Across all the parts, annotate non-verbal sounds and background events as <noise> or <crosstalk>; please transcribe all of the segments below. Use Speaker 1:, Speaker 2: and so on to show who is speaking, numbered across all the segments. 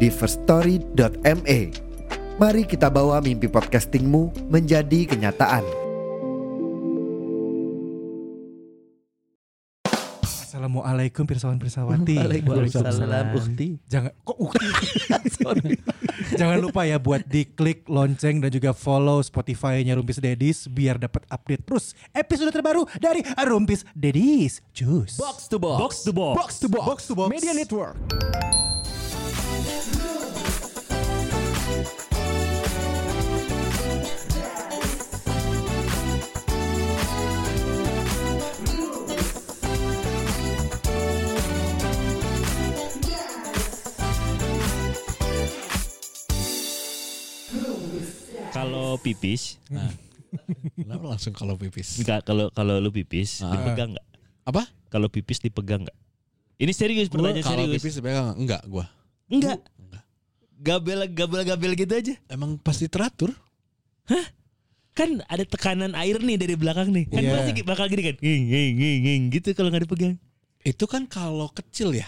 Speaker 1: di firststory.me. Mari kita bawa mimpi podcastingmu menjadi kenyataan.
Speaker 2: Assalamualaikum Pirsawan
Speaker 3: Iya,
Speaker 2: Pirsawati.
Speaker 4: Waalaikumsalam
Speaker 2: <laughs>
Speaker 4: Ukti.
Speaker 2: Jangan kok ukti. Jangan lupa ya buat diklik lonceng dan juga follow Spotify-nya Rumpis Dedis biar dapat update terus episode terbaru dari Rumpis Dedis. Cus.
Speaker 4: to box. Box to box. Box to box.
Speaker 2: to box.
Speaker 4: Media Network.
Speaker 5: kalau pipis
Speaker 3: Kenapa langsung kalau pipis?
Speaker 5: enggak kalau kalau lu pipis dipegang enggak
Speaker 3: Ah. Apa?
Speaker 5: kalau pipis dipegang enggak ini serius pertanyaan
Speaker 3: kalau
Speaker 5: serius
Speaker 3: pipis sebenarnya enggak gua.
Speaker 5: enggak gabel gabel gabel gitu aja
Speaker 3: Emang pasti teratur?
Speaker 5: kan ada tekanan air nih dari belakang nih kan
Speaker 2: Iya.
Speaker 5: pasti bakal gini kan nging, nging, nging, nging, gitu kalau nggak dipegang
Speaker 3: Itu kan kalau kecil ya.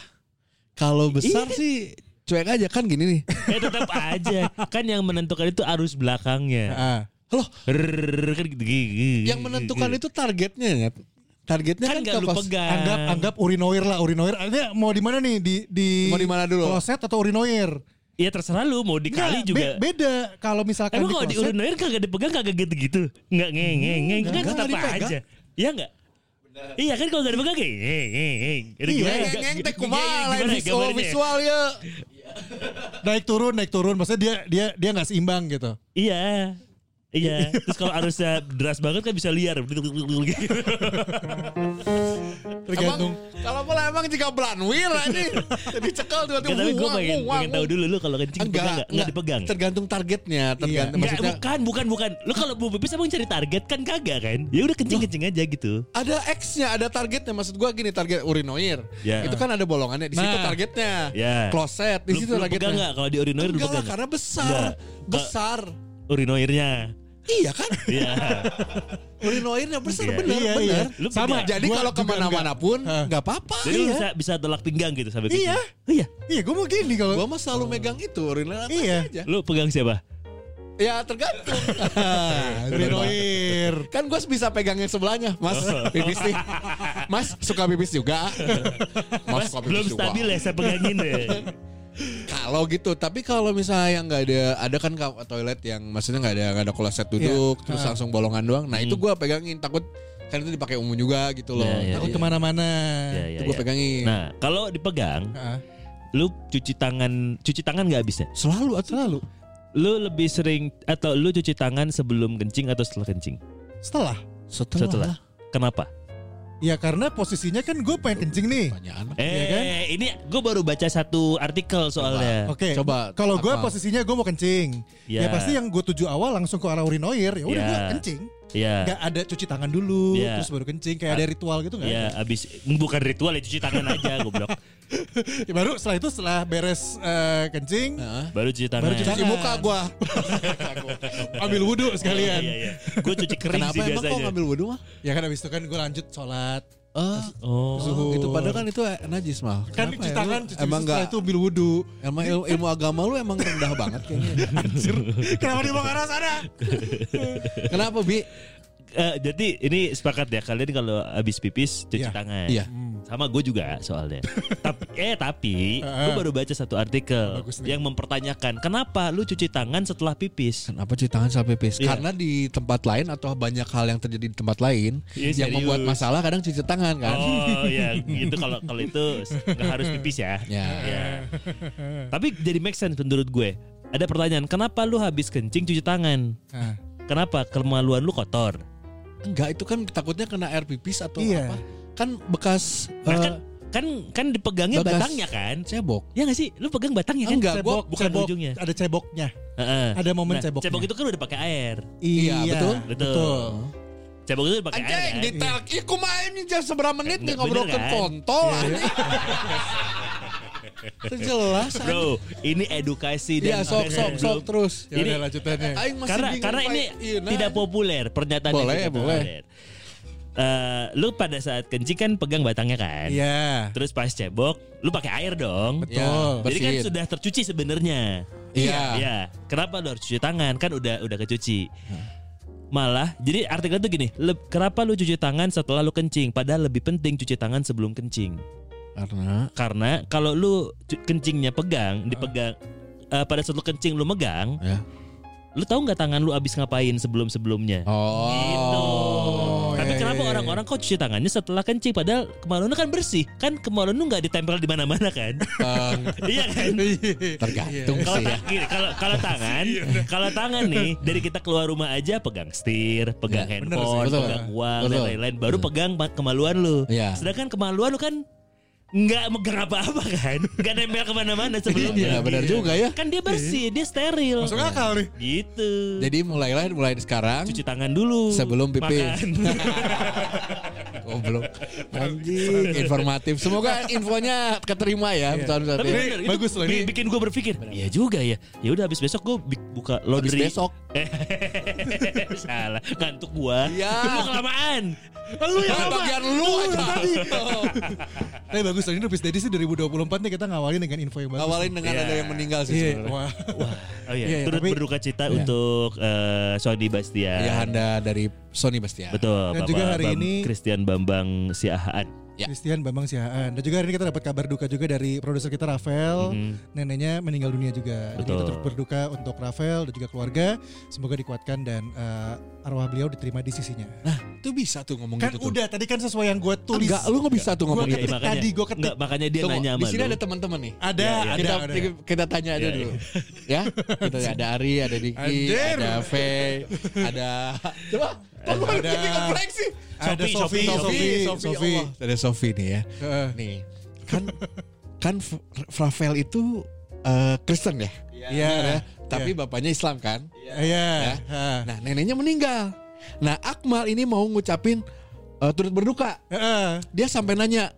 Speaker 3: Kalau besar sih cuek aja kan gini nih.
Speaker 5: Iya. <laughs> ya tetap aja kan yang menentukan itu arus belakangnya
Speaker 2: Ah.
Speaker 3: Loh,
Speaker 5: Rrrr, kan gitu, gini, gini,
Speaker 3: yang
Speaker 5: gini,
Speaker 3: menentukan
Speaker 5: gini.
Speaker 3: itu targetnya ya. Targetnya
Speaker 5: kan
Speaker 3: kan,
Speaker 5: nggak lu
Speaker 3: kapas-
Speaker 5: pegang
Speaker 2: Anggap anggap urinoir lah urinoir. Artinya mau di mana nih di di
Speaker 3: Mau di mana dulu?
Speaker 2: Kloset atau urinoir?
Speaker 5: ya terserah lu mau dikali
Speaker 2: Nggak,
Speaker 5: juga
Speaker 2: be- beda kalau misalkan
Speaker 5: emang kalau di
Speaker 2: kloset,
Speaker 5: urinoir kagak dipegang kagak gitu-gitu nggak ngeng ngeng ngeng kan
Speaker 3: Nggak,
Speaker 5: tetap
Speaker 3: nggak dipegang.
Speaker 5: aja iya nggak Iya kan kalau nggak dipegang kayak ngeng ngeng ngeng. Itu
Speaker 2: Iya,
Speaker 5: gimana?
Speaker 3: Ngeng, ngeng, teh
Speaker 5: Gimana
Speaker 3: kumaha lain
Speaker 5: gambarnya?
Speaker 3: visual visual ya.
Speaker 2: naik turun naik turun maksudnya dia dia dia nggak seimbang gitu.
Speaker 5: Iya. Iya. Terus kalau arusnya deras banget kan bisa liar. gitu.
Speaker 2: Tergantung
Speaker 3: Emang, kalau pula emang jika blanwir
Speaker 2: <laughs>
Speaker 3: ini jadi cekal
Speaker 5: Nggak,
Speaker 3: tiba-tiba
Speaker 5: tapi gue
Speaker 3: muang,
Speaker 5: pengen,
Speaker 3: muang,
Speaker 5: pengen tahu dulu lu kalau kencing dipegang nggak? Nggak dipegang. Iya.
Speaker 3: Tergantung targetnya, tergantung
Speaker 5: Nggak,
Speaker 3: maksudnya.
Speaker 5: bukan, bukan, bukan. Lu kalau mau pipis emang cari target kan kagak kan? Ya udah kencing-kencing aja gitu.
Speaker 3: Ada X-nya, ada targetnya. Maksud gua gini, target urinoir.
Speaker 5: Ya.
Speaker 3: Itu kan ada bolongannya. Di situ
Speaker 5: Nah.
Speaker 3: targetnya.
Speaker 5: Ya.
Speaker 3: Kloset, di
Speaker 5: Lu-
Speaker 3: situ
Speaker 5: lu pegang
Speaker 3: targetnya.
Speaker 5: nggak kalau di urinoir lu
Speaker 3: Enggak lah,
Speaker 5: pegang?
Speaker 3: karena besar.
Speaker 5: Nggak.
Speaker 3: Besar.
Speaker 5: Urinoirnya.
Speaker 3: Iya kan?
Speaker 5: Iya.
Speaker 3: urinoirnya besar,
Speaker 5: Iya.
Speaker 3: bener,
Speaker 2: Iya,
Speaker 3: bener.
Speaker 5: iya. Lu
Speaker 3: Sama.
Speaker 5: pegang.
Speaker 3: Jadi
Speaker 2: Gua
Speaker 3: kalau
Speaker 2: juga
Speaker 3: kemana-mana
Speaker 2: enggak.
Speaker 3: pun,
Speaker 2: Hah.
Speaker 3: nggak apa-apa.
Speaker 5: Jadi lu
Speaker 3: Iya.
Speaker 5: bisa bisa tolak pinggang gitu sampai
Speaker 2: Iya.
Speaker 5: kencing. Iya.
Speaker 2: Iya, gue mau gini kalau
Speaker 3: Gua mah selalu megang itu, urinoir apa
Speaker 2: Iya.
Speaker 3: aja.
Speaker 5: Lu pegang siapa?
Speaker 3: Ya tergantung.
Speaker 2: urinoir.
Speaker 3: kan gue bisa pegang yang sebelahnya mas pipis nih mas suka pipis juga mas, suka
Speaker 5: Belum
Speaker 3: pipis juga
Speaker 5: stabil ya saya pegangin ya.
Speaker 3: kalau gitu tapi kalau misalnya yang nggak ada ada kan ka- toilet yang maksudnya nggak ada nggak ada kloset duduk terus langsung bolongan doang nah itu gue pegangin takut kan itu dipakai umum juga gitu loh
Speaker 5: Ya, ya,
Speaker 2: Takut
Speaker 5: ya.
Speaker 2: kemana-mana.
Speaker 5: Iya, iya,
Speaker 3: itu gue
Speaker 5: iya.
Speaker 3: pegangin
Speaker 5: Nah, kalau dipegang,
Speaker 2: Ah,
Speaker 5: lu cuci tangan, cuci tangan nggak habisnya?
Speaker 2: Selalu, selalu.
Speaker 5: Lu lebih sering atau lu cuci tangan sebelum kencing atau setelah kencing?
Speaker 2: Setelah.
Speaker 3: setelah,
Speaker 5: Setelah. Kenapa?
Speaker 2: Ya karena posisinya kan gue pengen kencing nih.
Speaker 3: pertanyaan
Speaker 5: Eh,
Speaker 2: kan?
Speaker 5: ini gue baru baca satu artikel soalnya.
Speaker 2: Oke.
Speaker 3: Coba,
Speaker 2: Kalau gue
Speaker 3: apa?
Speaker 2: posisinya gue mau kencing. Ya.
Speaker 5: Ya.
Speaker 2: pasti yang gue tuju awal langsung ke arah urinoir. Ya udah
Speaker 5: Ya.
Speaker 2: gue kencing.
Speaker 5: Iya.
Speaker 2: Gak ada cuci tangan dulu,
Speaker 5: Ya.
Speaker 2: terus baru kencing. Kayak ada ritual gitu nggak?
Speaker 5: Iya, abis bukan ritual ya cuci tangan aja goblok.
Speaker 2: ada? Ya, baru setelah itu setelah beres eh, kencing,
Speaker 3: Nah,
Speaker 5: Baru cuci tangan.
Speaker 2: Baru cuci
Speaker 3: cuci
Speaker 2: Tangan.
Speaker 3: muka gue
Speaker 2: ambil wudhu sekalian.
Speaker 5: Iya, iya. Gue cuci kering
Speaker 3: kenapa
Speaker 5: sih
Speaker 3: emang kok
Speaker 5: biasanya.
Speaker 3: ngambil wudhu mah
Speaker 2: Ya kan abis itu kan gue lanjut sholat.
Speaker 3: Ah,
Speaker 5: Oh.
Speaker 2: Zuhur.
Speaker 3: itu padahal kan itu eh, najis mal Kenapa
Speaker 2: Kan cuci
Speaker 3: ya?
Speaker 2: tangan,
Speaker 3: Lu
Speaker 2: cuci
Speaker 3: emang
Speaker 2: wudhu,
Speaker 3: nggak
Speaker 2: setelah itu ambil wudhu.
Speaker 3: Emang il- ilmu agama lu emang rendah banget
Speaker 2: <laughs>
Speaker 3: kayaknya.
Speaker 2: Kenapa dia mau ke arah sana?
Speaker 3: <laughs> Kenapa Bi?
Speaker 5: Eh, jadi ini sepakat ya kalian kalau habis pipis cuci
Speaker 2: Iya,
Speaker 5: tangan.
Speaker 3: iya.
Speaker 5: Sama gue juga
Speaker 3: <laughs>
Speaker 5: soalnya. tapi eh tapi gue
Speaker 2: Heeh.
Speaker 5: baru baca satu artikel
Speaker 2: Bagus nih.
Speaker 5: yang mempertanyakan kenapa lu cuci tangan setelah pipis?
Speaker 3: Kenapa cuci tangan sampai pipis?
Speaker 5: Iya.
Speaker 3: Karena di tempat lain atau banyak hal yang terjadi di tempat lain
Speaker 5: Iya,
Speaker 3: yang
Speaker 5: serius.
Speaker 3: membuat masalah kadang cuci tangan kan. <laughs>
Speaker 5: Oh ya itu kalau kalau itu nggak harus pipis ya.
Speaker 3: Ya.
Speaker 5: Ya. Tapi jadi make sense menurut gue. Ada pertanyaan kenapa lu habis kencing cuci tangan?
Speaker 2: Ah.
Speaker 5: Kenapa kemaluan lu kotor?
Speaker 3: Enggak, itu kan takutnya kena air pipis atau
Speaker 2: Iya.
Speaker 3: apa? Kan bekas
Speaker 5: Nah,
Speaker 3: eh,
Speaker 5: kan kan kan dipegangnya
Speaker 3: Bagas.
Speaker 5: batangnya kan
Speaker 3: Cebok.
Speaker 5: ya nggak sih lu pegang batangnya kan
Speaker 3: Enggak, gua
Speaker 5: cebok bukan
Speaker 2: cebok,
Speaker 5: ujungnya
Speaker 2: Ada ceboknya.
Speaker 5: Heeh.
Speaker 2: Ada momen
Speaker 5: Nah,
Speaker 2: ceboknya.
Speaker 5: cebok itu kan udah pakai air
Speaker 3: Iya, betul.
Speaker 5: Betul. cebok itu udah pakai air
Speaker 3: Anjing
Speaker 5: kan?
Speaker 3: detail. Ih kumain ini jam seberapa menit nih
Speaker 5: Enggak,
Speaker 3: ngobrol
Speaker 5: bener
Speaker 3: ke
Speaker 5: kan?
Speaker 3: kontol anjing. Itu Jelas.
Speaker 5: bro ini edukasi
Speaker 3: Ya
Speaker 5: dan
Speaker 3: sok sok
Speaker 5: belum-
Speaker 3: sok terus.
Speaker 5: Ya Ini- udah,
Speaker 3: lanjutannya.
Speaker 5: karena karena ini
Speaker 3: Iya, nah.
Speaker 5: tidak populer pernyataan
Speaker 3: Boleh,
Speaker 5: yang tidak
Speaker 3: boleh.
Speaker 5: populer. Eh, lu pada saat kencing kan pegang batangnya kan
Speaker 2: Iya.
Speaker 5: terus pas cebok lu pakai air dong
Speaker 2: Betul.
Speaker 3: Ya,
Speaker 5: jadi kan
Speaker 3: bersihin.
Speaker 5: sudah tercuci sebenarnya
Speaker 3: Iya.
Speaker 5: Iya. Kenapa lu harus cuci tangan? Kan udah udah kecuci. Malah, jadi artikel itu gini, "Le- kenapa lu cuci tangan setelah lu kencing? Padahal lebih penting cuci tangan sebelum kencing.
Speaker 3: Karena
Speaker 5: Karena kalau lu cu- kencingnya pegang, dipegang eh, pada saat lu kencing lu megang,
Speaker 3: ya.
Speaker 5: lu tahu nggak tangan lu abis ngapain sebelum-sebelumnya?
Speaker 3: Oh.
Speaker 5: Gitu.
Speaker 3: iya,
Speaker 5: Tapi kenapa
Speaker 3: iya, iya.
Speaker 5: orang-orang kok cuci tangannya setelah kencing padahal kemaluan lu kan bersih? Kan kemaluan lu nggak ditempel di mana-mana kan?
Speaker 3: Eh,
Speaker 5: <laughs> iya kan?
Speaker 3: tergantung
Speaker 5: Kalau
Speaker 3: sih. ya.
Speaker 5: ta- gini, kalau kalau tangan,
Speaker 3: Iya.
Speaker 5: kalau tangan nih dari kita keluar rumah aja pegang setir, pegang
Speaker 3: Ya,
Speaker 2: bener
Speaker 5: handphone,
Speaker 3: sih, betul.
Speaker 5: pegang uang dan
Speaker 3: Betul.
Speaker 5: lain-lain, baru pegang ma- kemaluan lu.
Speaker 3: Iya.
Speaker 5: Sedangkan kemaluan lu kan nggak megang apa-apa kan, nggak nempel
Speaker 3: Iya,
Speaker 5: kemana-mana sebelumnya.
Speaker 3: benar juga ya.
Speaker 5: Kan dia bersih, dia steril.
Speaker 2: Masuk akal nih.
Speaker 5: Gitu.
Speaker 3: Jadi mulailah mulai sekarang
Speaker 5: cuci tangan
Speaker 3: Iya.
Speaker 5: dulu.
Speaker 3: Sebelum pipis.
Speaker 5: Makan.
Speaker 3: Goblok. Anjing, informatif. Semoga infonya keterima ya. pesan-pesan.
Speaker 5: Tapi bener, itu
Speaker 2: bagus loh,
Speaker 5: bi-
Speaker 2: ini.
Speaker 5: bikin gue berpikir. Iya juga ya. Ya udah habis besok gue buka
Speaker 3: Habis
Speaker 5: laundry.
Speaker 3: besok.
Speaker 5: <laughs> Salah, ngantuk gua.
Speaker 3: Iya.
Speaker 5: Lu kelamaan.
Speaker 2: Lu yang
Speaker 3: Kan
Speaker 2: lama.
Speaker 3: bagian lu aja. <laughs>
Speaker 2: Tapi bagus loh, ini Rupis Dedi sih 2024 nih kita ngawalin dengan info yang bagus.
Speaker 3: Awalin dengan
Speaker 5: Iya.
Speaker 3: ada yang meninggal sih
Speaker 2: Iya.
Speaker 3: sebenarnya.
Speaker 2: Wah.
Speaker 5: Oh iya,
Speaker 2: Iya, iya,
Speaker 5: turut
Speaker 2: tapi-
Speaker 5: berduka cita
Speaker 3: Iya.
Speaker 5: untuk eh, Sony Bastian.
Speaker 3: Ya Anda dari Sony Bastian.
Speaker 5: Betul,
Speaker 2: Dan juga hari
Speaker 5: Bam-
Speaker 2: ini-
Speaker 5: Christian Bambang Siahaan. Eh,
Speaker 3: Ya.
Speaker 2: <laughs> Christian Bambang Sihaan. Dan juga hari ini kita dapat kabar duka juga dari produser kita Rafael.
Speaker 3: Mm-hmm.
Speaker 2: Neneknya meninggal dunia juga. Jadi kita
Speaker 5: Betul.
Speaker 2: turut berduka untuk Rafael dan juga keluarga. Semoga dikuatkan dan eh, arwah beliau diterima di sisinya.
Speaker 3: Nah, Itu bisa tuh ngomong
Speaker 2: kan
Speaker 3: gitu tuh.
Speaker 2: udah tadi kan sesuai yang gue tulis.
Speaker 3: Enggak, lu nggak bisa tuh ngomong
Speaker 2: Gua
Speaker 3: gitu.
Speaker 2: ketik tadi gue ketik.
Speaker 5: Nggak, makanya dia
Speaker 3: Tunggu,
Speaker 5: nanya
Speaker 3: di
Speaker 5: sama
Speaker 3: sini
Speaker 5: lu.
Speaker 3: ada teman-teman nih.
Speaker 2: Ada, ada,
Speaker 3: kita,
Speaker 2: ada.
Speaker 3: kita tanya aja
Speaker 5: Iya,
Speaker 3: dulu. Ya, kita tanya. ada Ari, ada Diki,
Speaker 2: Anjir.
Speaker 3: ada V, ada Coba kok lu
Speaker 2: Ada-
Speaker 3: jadi kompleks sih?
Speaker 2: Ada
Speaker 5: Sophie,
Speaker 2: Sofi,
Speaker 5: Sophie,
Speaker 2: Sofi, Sofi.
Speaker 3: Allah. Ada Sofi nih ya.
Speaker 2: Heeh.
Speaker 3: Nih, kan kan F- Rafael itu eh, Kristen ya?
Speaker 2: Iya.
Speaker 3: Ya, tapi bapaknya Islam kan?
Speaker 2: Iya.
Speaker 3: Ya. Nah, neneknya meninggal. Nah, Akmal ini mau ngucapin eh, turut berduka
Speaker 2: Heeh.
Speaker 3: dia sampai nanya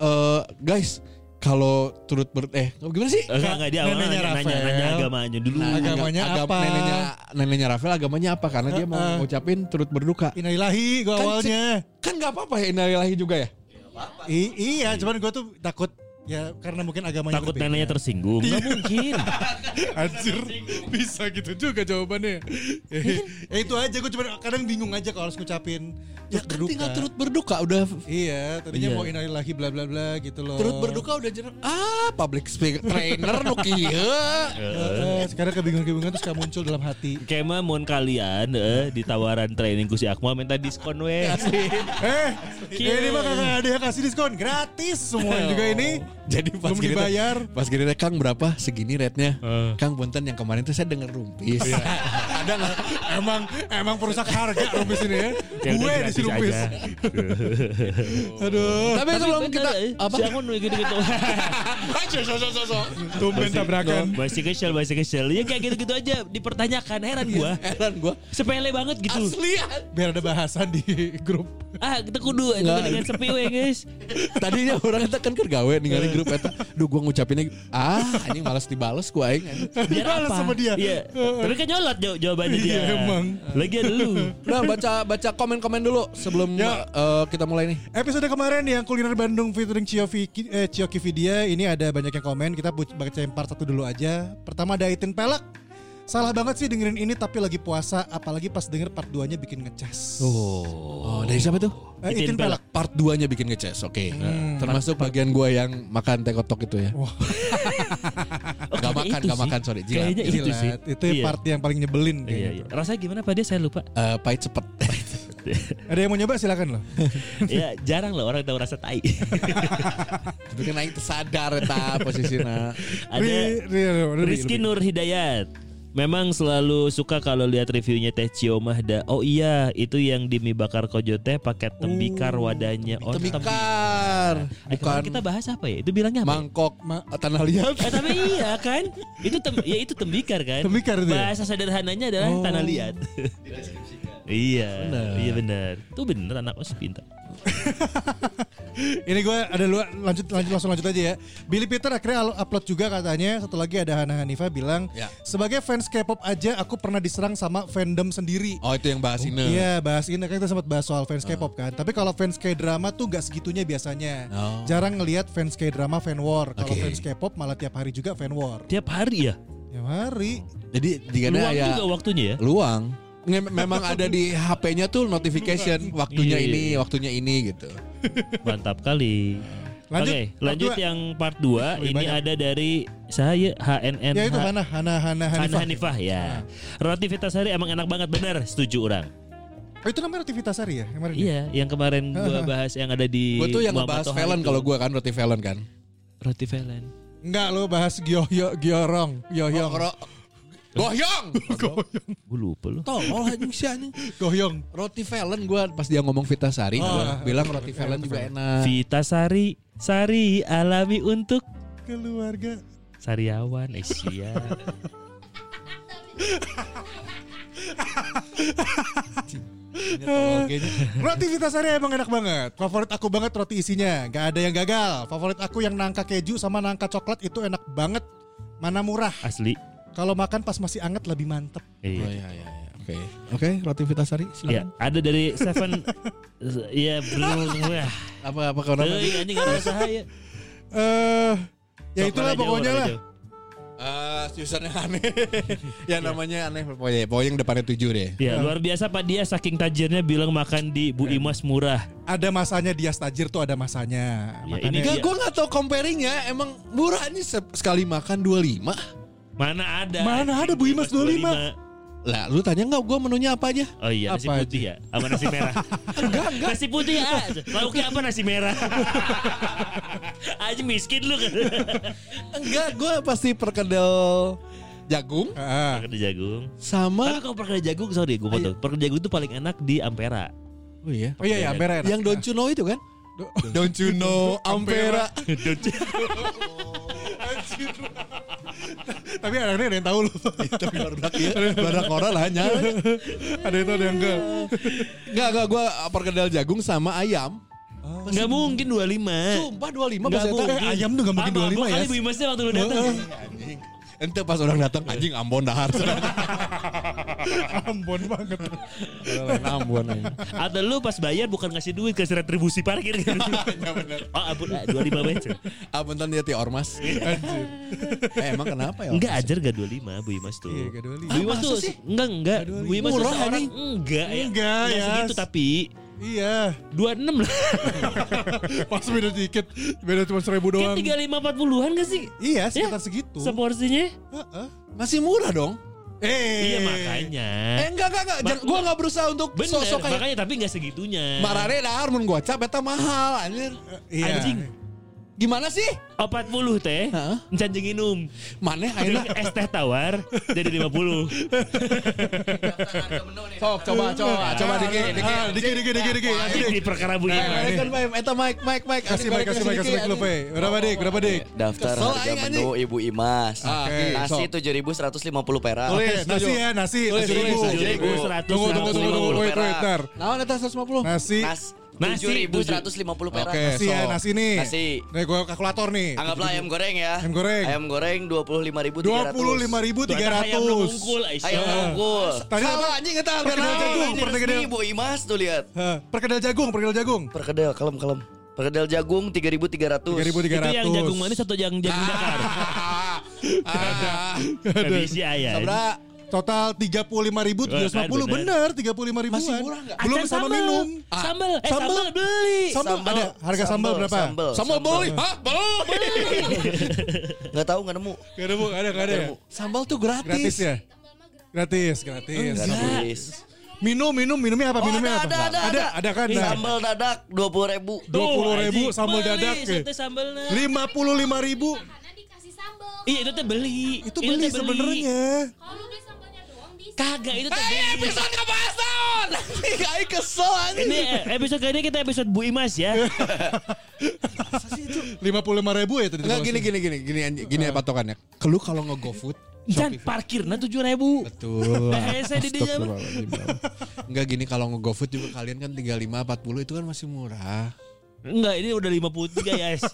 Speaker 3: eh guys kalau turut ber eh gimana sih
Speaker 5: Enggak, enggak dia awalnya
Speaker 2: Neneknya
Speaker 5: nanya, nanya,
Speaker 2: Rafael.
Speaker 5: nanya agamanya dulu.
Speaker 3: Nah, agam-
Speaker 2: agamanya
Speaker 3: agam-
Speaker 2: apa?
Speaker 3: neneknya neneknya Rafael agamanya apa karena dia mau
Speaker 2: Heeh.
Speaker 3: ngucapin turut berduka
Speaker 2: Innalillahi gue
Speaker 3: Kan
Speaker 2: awalnya.
Speaker 3: kan nggak apa-apa ya innalillahi juga ya
Speaker 2: I- iya, cuman gue tuh takut ya karena mungkin agamanya
Speaker 5: Takut
Speaker 2: berbeda.
Speaker 5: neneknya tersinggung.
Speaker 2: Iya.
Speaker 5: Enggak mungkin.
Speaker 2: Anjir bisa gitu juga jawabannya. ya itu aja gue cuma kadang bingung aja kalau harus ngucapin
Speaker 3: ya
Speaker 2: turut
Speaker 3: kan tinggal turut berduka udah
Speaker 2: Iya, tadinya
Speaker 5: Iya.
Speaker 2: mau innalillahi bla bla bla gitu loh.
Speaker 3: turut berduka udah jenar ah public speaker trainer lu
Speaker 2: <laughs>
Speaker 3: kieu
Speaker 2: Heeh, Eh, sekarang kebingungan-kebingungan terus suka muncul dalam hati.
Speaker 5: Kema mohon kalian eh, di tawaran training ku si Akmal minta diskon weh.
Speaker 2: Eh,
Speaker 5: Kieu.
Speaker 2: ini mah kakak ada yang kasih diskon gratis semua juga ini.
Speaker 3: <laughs> Oh. jadi pas gitu.
Speaker 2: Belum
Speaker 3: gini teh-
Speaker 2: dibayar.
Speaker 3: pas gini teh, Kang berapa segini rate-nya Kang Bonten yang kemarin tuh saya denger rumpis ada nggak
Speaker 2: Emang emang perusak harga rumpis ini ya.
Speaker 5: Ya udah,
Speaker 2: Gue
Speaker 5: gratis
Speaker 2: di rumpis.
Speaker 5: aja.
Speaker 2: Aduh,
Speaker 3: <laughs> tapi sebelum kita apa
Speaker 5: apa? Si Akmal eh,
Speaker 2: <laughs>
Speaker 5: gitu-gitu.
Speaker 2: tumben tabrakan.
Speaker 5: Masih kesel, masih kesel. Ya kayak gitu-gitu aja dipertanyakan heran gua.
Speaker 2: Iya.
Speaker 3: heran gua
Speaker 5: Sepele banget gitu.
Speaker 3: asli
Speaker 2: Biar ada bahasan di grup.
Speaker 5: Ah, kita kudu aja dengan sepi we, guys.
Speaker 3: Tadinya orang itu kan kergawe ningali grup eta. Duh gua ngucapinnya ah anjing malas dibales ku aing. anjing.
Speaker 5: Biar
Speaker 2: Balas
Speaker 5: apa?
Speaker 2: sama dia.
Speaker 5: Iya. Tapi kan nyolot jaw- jawabannya dia.
Speaker 2: Iya, emang.
Speaker 5: Lagi ada
Speaker 3: <laughs>
Speaker 5: lu.
Speaker 3: Udah Nah, baca baca komen-komen dulu sebelum
Speaker 2: Ya.
Speaker 3: eh, kita mulai nih.
Speaker 2: Episode kemarin yang kuliner Bandung featuring Ciovi eh, Cioki Vidya ini ada banyak yang komen. Kita bu- baca yang part satu dulu aja. Pertama ada Itin Pelak. Salah banget sih dengerin ini tapi lagi puasa apalagi pas denger part 2-nya bikin ngecas.
Speaker 3: Oh, dari siapa tuh?
Speaker 2: Eh, Itin
Speaker 5: Itin
Speaker 2: Pelak.
Speaker 3: Part 2-nya bikin ngeces. Oke. Nah, Termasuk bagian gua yang makan teh kotok itu ya.
Speaker 5: Oh,
Speaker 3: Gak
Speaker 5: kayaknya
Speaker 3: makan, gak
Speaker 5: itu sih.
Speaker 3: makan sorry, jilat.
Speaker 5: Kayaknya itu sih.
Speaker 2: Jilat. Nah, Itu ya
Speaker 5: Iya.
Speaker 2: part yang paling nyebelin
Speaker 5: Iya,
Speaker 2: kayaknya.
Speaker 5: iya. Rasanya gimana Pak dia saya
Speaker 2: <laughs>
Speaker 5: lupa.
Speaker 3: Eh, pahit cepet.
Speaker 2: Ada yang mau nyoba silakan loh.
Speaker 5: ya jarang lah orang tahu rasa tai.
Speaker 3: Tapi kan aing teu sadar eta posisina.
Speaker 5: <laughs> ada
Speaker 2: Ri- ri- ri- ri-
Speaker 5: Rizky
Speaker 2: ri-
Speaker 5: Nur Hidayat. Memang selalu suka kalau lihat reviewnya Teh Cio Mahda. Oh iya, itu yang di mie bakar kojo teh pakai tembikar wadahnya. Oh,
Speaker 3: Temikar. Bentar,
Speaker 5: Eh, kemarin
Speaker 3: bukan-
Speaker 5: kita bahas apa ya? Itu bilangnya apa? ya?
Speaker 3: mangkok eh, tanah liat.
Speaker 5: Eh, tapi iya kan? Itu tem ya itu tembikar kan?
Speaker 2: Tembikar itu ya?
Speaker 5: Bahasa sederhananya adalah
Speaker 2: Oh.
Speaker 5: tanah liat. iya. Iya benar. Itu bener anak masih pintar.
Speaker 2: Ini gue ada luar lanjut lanjut langsung lanjut aja ya. Billy Peter akhirnya al- upload juga katanya. Satu lagi ada Hana Hanifa bilang
Speaker 3: Ya.
Speaker 2: sebagai fans K-pop aja aku pernah diserang sama fandom sendiri.
Speaker 3: Oh itu yang bahas ini.
Speaker 2: Iya bahas ini kan kita sempat bahas soal fans K-pop kan. Tapi kalau fans K-drama tuh nggak segitunya biasanya.
Speaker 3: Oh.
Speaker 2: Jarang ngelihat fans K-drama fan war. Kalau
Speaker 3: Oke.
Speaker 2: fans K-pop malah tiap hari juga fan war.
Speaker 5: Tiap hari ya.
Speaker 2: Tiap hari.
Speaker 3: Jadi di
Speaker 5: Luang
Speaker 3: ya
Speaker 5: juga waktunya
Speaker 3: <laughs>
Speaker 5: ya.
Speaker 3: luang. Nge- Memang ada di HP-nya tuh notification waktunya
Speaker 5: Iya, iya,
Speaker 3: ini,
Speaker 5: iya.
Speaker 3: waktunya ini gitu.
Speaker 5: Mantap kali.
Speaker 2: Lanjut,
Speaker 5: Oke,
Speaker 2: part
Speaker 5: lanjut
Speaker 2: dua.
Speaker 5: yang part 2
Speaker 2: Lebih
Speaker 5: ini
Speaker 2: banyak.
Speaker 5: ada dari saya HNN
Speaker 2: Ya itu
Speaker 5: H-
Speaker 2: Hana Hana Hana
Speaker 5: Han
Speaker 2: Hanifah. Ah.
Speaker 5: Hanifah ya. Rotativitas hari emang enak banget bener setuju orang.
Speaker 2: Oh, itu namanya aktivitas hari ya kemarin. ya?
Speaker 5: Iya, yang kemarin
Speaker 2: Ah.
Speaker 5: gua bahas yang ada di
Speaker 3: Gue tuh yang
Speaker 5: Muhammad
Speaker 3: ngebahas
Speaker 5: Toha
Speaker 3: Valen
Speaker 5: itu.
Speaker 3: kalau gue kan, roti Valen kan.
Speaker 5: Roti Valen.
Speaker 2: Enggak lo bahas Gyo Gyo Gyorong. Gyoyong.
Speaker 3: Ro- Goyong.
Speaker 5: Gue lupa loh.
Speaker 3: Tolol anjing sih anjing.
Speaker 2: Goyong.
Speaker 3: Roti Valen gue pas dia ngomong Vita Sari,
Speaker 5: Oh.
Speaker 3: gua bilang roti Valen juga enak.
Speaker 5: Vita Sari, Sari alami untuk
Speaker 2: Keluarga.
Speaker 5: Sariawan, eh sia.
Speaker 2: Roti Vita Sari emang enak banget. Favorit aku banget roti isinya. Gak ada yang gagal. Favorit aku yang nangka keju sama nangka coklat itu enak banget. Mana murah.
Speaker 5: Asli.
Speaker 2: Kalau makan pas masih anget lebih mantep.
Speaker 3: Oh,
Speaker 5: Iya.
Speaker 3: iya, iya, iya. Oke, oke, roti Vita Sari.
Speaker 5: Ya, ada dari
Speaker 2: <laughs>
Speaker 5: Seven Iya, bener Wah.
Speaker 3: Apa apa kau
Speaker 5: Tuh, iya, anjing gak ada usaha ya.
Speaker 2: Eh, ya itulah
Speaker 5: Coklat aja,
Speaker 2: pokoknya
Speaker 5: warna
Speaker 2: lah.
Speaker 5: hijau.
Speaker 3: Eh, usernya aneh. <laughs> ya namanya aneh pokoknya. Pokoknya yang depannya tujuh deh.
Speaker 2: Nah.
Speaker 5: Ya, luar biasa Pak Dia saking tajirnya bilang makan di
Speaker 2: Iya.
Speaker 5: Bu Imas murah.
Speaker 2: Ada masanya dia stajir tuh ada masanya.
Speaker 5: Ya,
Speaker 2: Makanya
Speaker 5: ini-
Speaker 3: Enggak, gue gak tau comparingnya. Emang murah ini se- sekali makan 25.
Speaker 5: Mana ada?
Speaker 2: Mana ada Bu Imas 25?
Speaker 3: Lah, lu tanya nggak gue menunya apa aja?
Speaker 5: Oh iya, nasi
Speaker 2: Apa
Speaker 5: putih ya? Sama nasi
Speaker 2: <laughs>
Speaker 5: merah. enggak, enggak. Nasi putih ya. Lauknya apa nasi
Speaker 2: <laughs>
Speaker 5: merah? Aji miskin lu <laughs> kan.
Speaker 3: Enggak, gue pasti perkedel jagung
Speaker 2: Ah,
Speaker 5: Perkedel jagung. Tapi
Speaker 3: sama
Speaker 5: kalau perkedel jagung, sorry gue potong. Perkedel jagung itu paling enak di
Speaker 2: <laughs>
Speaker 5: Ampera.
Speaker 3: oh iya.
Speaker 2: oh iya ya, merah enak.
Speaker 3: Yang don't you know itu kan? Don't you <laughs> know Ampera.
Speaker 2: <laughs> Tapi anaknya ada yang tahu loh.
Speaker 3: Barak ya, barak orang hanya.
Speaker 2: ada itu ada yang enggak.
Speaker 3: Enggak, enggak, gue perkedel jagung sama ayam.
Speaker 5: Enggak mungkin 25.
Speaker 3: Sumpah 25
Speaker 5: Nggak
Speaker 3: pas datang.
Speaker 5: mungkin.
Speaker 2: ayam tuh nggak mungkin
Speaker 5: Abang,
Speaker 2: 25
Speaker 5: abang
Speaker 2: ya.
Speaker 5: Kali Bu Imasnya waktu lu datang.
Speaker 3: Anjing. Ente pas orang datang anjing Ambon dahar.
Speaker 2: Ambon banget.
Speaker 3: Ambon aja.
Speaker 5: Atau lu pas bayar bukan ngasih duit, kasih retribusi
Speaker 2: <laughs>
Speaker 5: parkir. Gitu. oh ampun, ah, 25 bayar.
Speaker 3: Abon tadi ya, ti ormas. Eh, emang kenapa ya?
Speaker 5: Enggak ajar gak 25 Bu Imas tuh.
Speaker 2: Iya, gak 25.
Speaker 5: Bu Imas
Speaker 3: masa
Speaker 5: tuh
Speaker 3: sih?
Speaker 5: enggak enggak.
Speaker 2: Gak 25.
Speaker 5: Bu Imas tuh
Speaker 2: Murah,
Speaker 5: seorang
Speaker 2: anjing.
Speaker 5: enggak ya.
Speaker 2: Enggak, ya.
Speaker 5: segitu tapi
Speaker 2: Iya.
Speaker 5: 26
Speaker 2: <laughs>
Speaker 5: lah.
Speaker 2: Pas beda dikit, beda cuma seribu
Speaker 5: Kayak 35
Speaker 2: doang.
Speaker 5: 40-an gak sih?
Speaker 2: Iya,
Speaker 5: Ya,
Speaker 2: sekitar segitu.
Speaker 5: Seporsinya?
Speaker 2: Eh. Heeh.
Speaker 3: Masih murah dong.
Speaker 5: Iya
Speaker 2: Eh,
Speaker 5: makanya.
Speaker 3: Eh enggak enggak enggak, Jangan- gua enggak berusaha untuk
Speaker 5: Bener,
Speaker 3: sosok kayak
Speaker 5: makanya tapi enggak segitunya.
Speaker 3: Marare dahar mun gua cap eta mahal anjir.
Speaker 2: Iya.
Speaker 5: Anjing.
Speaker 3: Gimana sih?
Speaker 5: Oh, 40 teh,
Speaker 3: Heeh.
Speaker 5: encan jeung inum.
Speaker 3: Maneh
Speaker 5: Ayeuna
Speaker 3: ayeuna Eh,
Speaker 5: es teh tawar jadi 50.
Speaker 3: sok coba coba coba dikit dikit.
Speaker 2: Ah, dikit, dikit, dikit, dikit.
Speaker 5: Anjing di perkara Bu
Speaker 3: Eh,
Speaker 5: Imas.
Speaker 3: kan Baim, eta mic mic mic.
Speaker 2: Kasih mic, kasih mic, kasih mic lu, Pe. Berapa dik? Berapa dik?
Speaker 6: Daftar
Speaker 3: Kesel
Speaker 6: harga
Speaker 3: aing,
Speaker 6: menu Ibu Imas.
Speaker 3: Ah,
Speaker 2: oke,
Speaker 6: Nasi
Speaker 3: sok.
Speaker 6: 7.150 perak.
Speaker 3: Tulis.
Speaker 2: Oke, nasi
Speaker 3: setuju.
Speaker 2: ya, nasi.
Speaker 3: Tulis,
Speaker 2: Nasi
Speaker 3: tulis,
Speaker 2: ribu.
Speaker 3: tulis.
Speaker 2: Tunggu,
Speaker 5: 7.100,
Speaker 2: tunggu, tunggu, tunggu, tunggu. Wait,
Speaker 6: 150
Speaker 2: wait,
Speaker 6: perak.
Speaker 2: ntar.
Speaker 3: Naon eta 150?
Speaker 2: Nasi.
Speaker 6: Nas
Speaker 5: Nasi
Speaker 6: 7.150 perak.
Speaker 3: Oke.
Speaker 2: Nasi ya,
Speaker 3: sok.
Speaker 2: nasi nih.
Speaker 6: Nasi.
Speaker 2: Nih, gua kalkulator nih.
Speaker 6: Anggaplah ayam goreng ya.
Speaker 2: Ayam goreng.
Speaker 6: Ayam goreng 25.300.
Speaker 2: Dua puluh lima ribu
Speaker 5: Tuh,
Speaker 2: tiga
Speaker 5: ada ayam
Speaker 2: ratus.
Speaker 5: nungkul, Aisyah.
Speaker 6: Ayam unggul.
Speaker 2: Tadi apa?
Speaker 3: Salah anjing eta harga
Speaker 2: Perkedel
Speaker 3: naon?
Speaker 2: jagung,
Speaker 6: Ini
Speaker 2: perkedel.
Speaker 6: resmi Ibu Imas tuh lihat.
Speaker 2: Hah, Perkedel jagung, perkedel jagung.
Speaker 6: Perkedel kalem kalem. Perkedel jagung 3.300.
Speaker 2: Tiga ribu tiga
Speaker 5: Itu
Speaker 2: ratus. Ah.
Speaker 5: yang jagung manis
Speaker 2: <laughs>
Speaker 5: atau yang jagung bakar?
Speaker 3: Ah.
Speaker 5: Habis ya ya.
Speaker 3: Sabra
Speaker 2: Total 35.750
Speaker 5: Kan,
Speaker 2: bener 35 ribuan
Speaker 3: Masih murah nggak?
Speaker 2: Belum
Speaker 5: Kan
Speaker 2: sama minum Ah.
Speaker 5: Sambal, eh
Speaker 2: Sambal.
Speaker 5: sambal, beli.
Speaker 2: Sambal ada harga sambal, berapa?
Speaker 6: Sambal.
Speaker 3: Sambal beli, hah? Beli.
Speaker 6: Nggak tahu nggak nemu.
Speaker 2: Gak ada bu, gak ada, gak ada ya?
Speaker 3: Sambal tuh gratis.
Speaker 2: Gratis ya? Gratis, gratis
Speaker 6: Nggak nemu. Lis.
Speaker 2: Minum, minum, minumnya apa?
Speaker 6: Oh,
Speaker 2: minumnya
Speaker 6: ada,
Speaker 2: apa?
Speaker 6: ada, ada,
Speaker 2: ada, ada kan? Nah,
Speaker 6: Sambal dadak 20.000.
Speaker 2: Dua puluh ribu sambal dadak.
Speaker 5: Itu sambalnya.
Speaker 2: 55 ribu
Speaker 7: Karena Nah, dikasih sambal.
Speaker 5: Iya itu teh beli.
Speaker 2: itu
Speaker 5: teh
Speaker 2: beli sebenarnya. Eh,
Speaker 7: Kalau lu beli sambalnya doang di
Speaker 5: Kagak itu tuh.
Speaker 3: Hey, episode ke bahas
Speaker 2: <laughs>
Speaker 3: tahun. Kayak kesel
Speaker 5: Ini
Speaker 3: anjing.
Speaker 5: eh, episode kali ini kita episode Bu Imas
Speaker 2: <laughs>
Speaker 5: ya.
Speaker 7: lima puluh lima ribu ya tadi
Speaker 3: Enggak gini gini gini gini anjing, gini ya patokannya. Lu kalau nge-GoFood
Speaker 5: Dan parkirnya tujuh ribu.
Speaker 3: Betul.
Speaker 5: Eh, saya didinya.
Speaker 3: Astagfirullahaladzim. Enggak gini kalau nge-GoFood juga kalian kan 35 40 itu kan masih murah.
Speaker 5: Enggak, ini udah 53 ya, Es.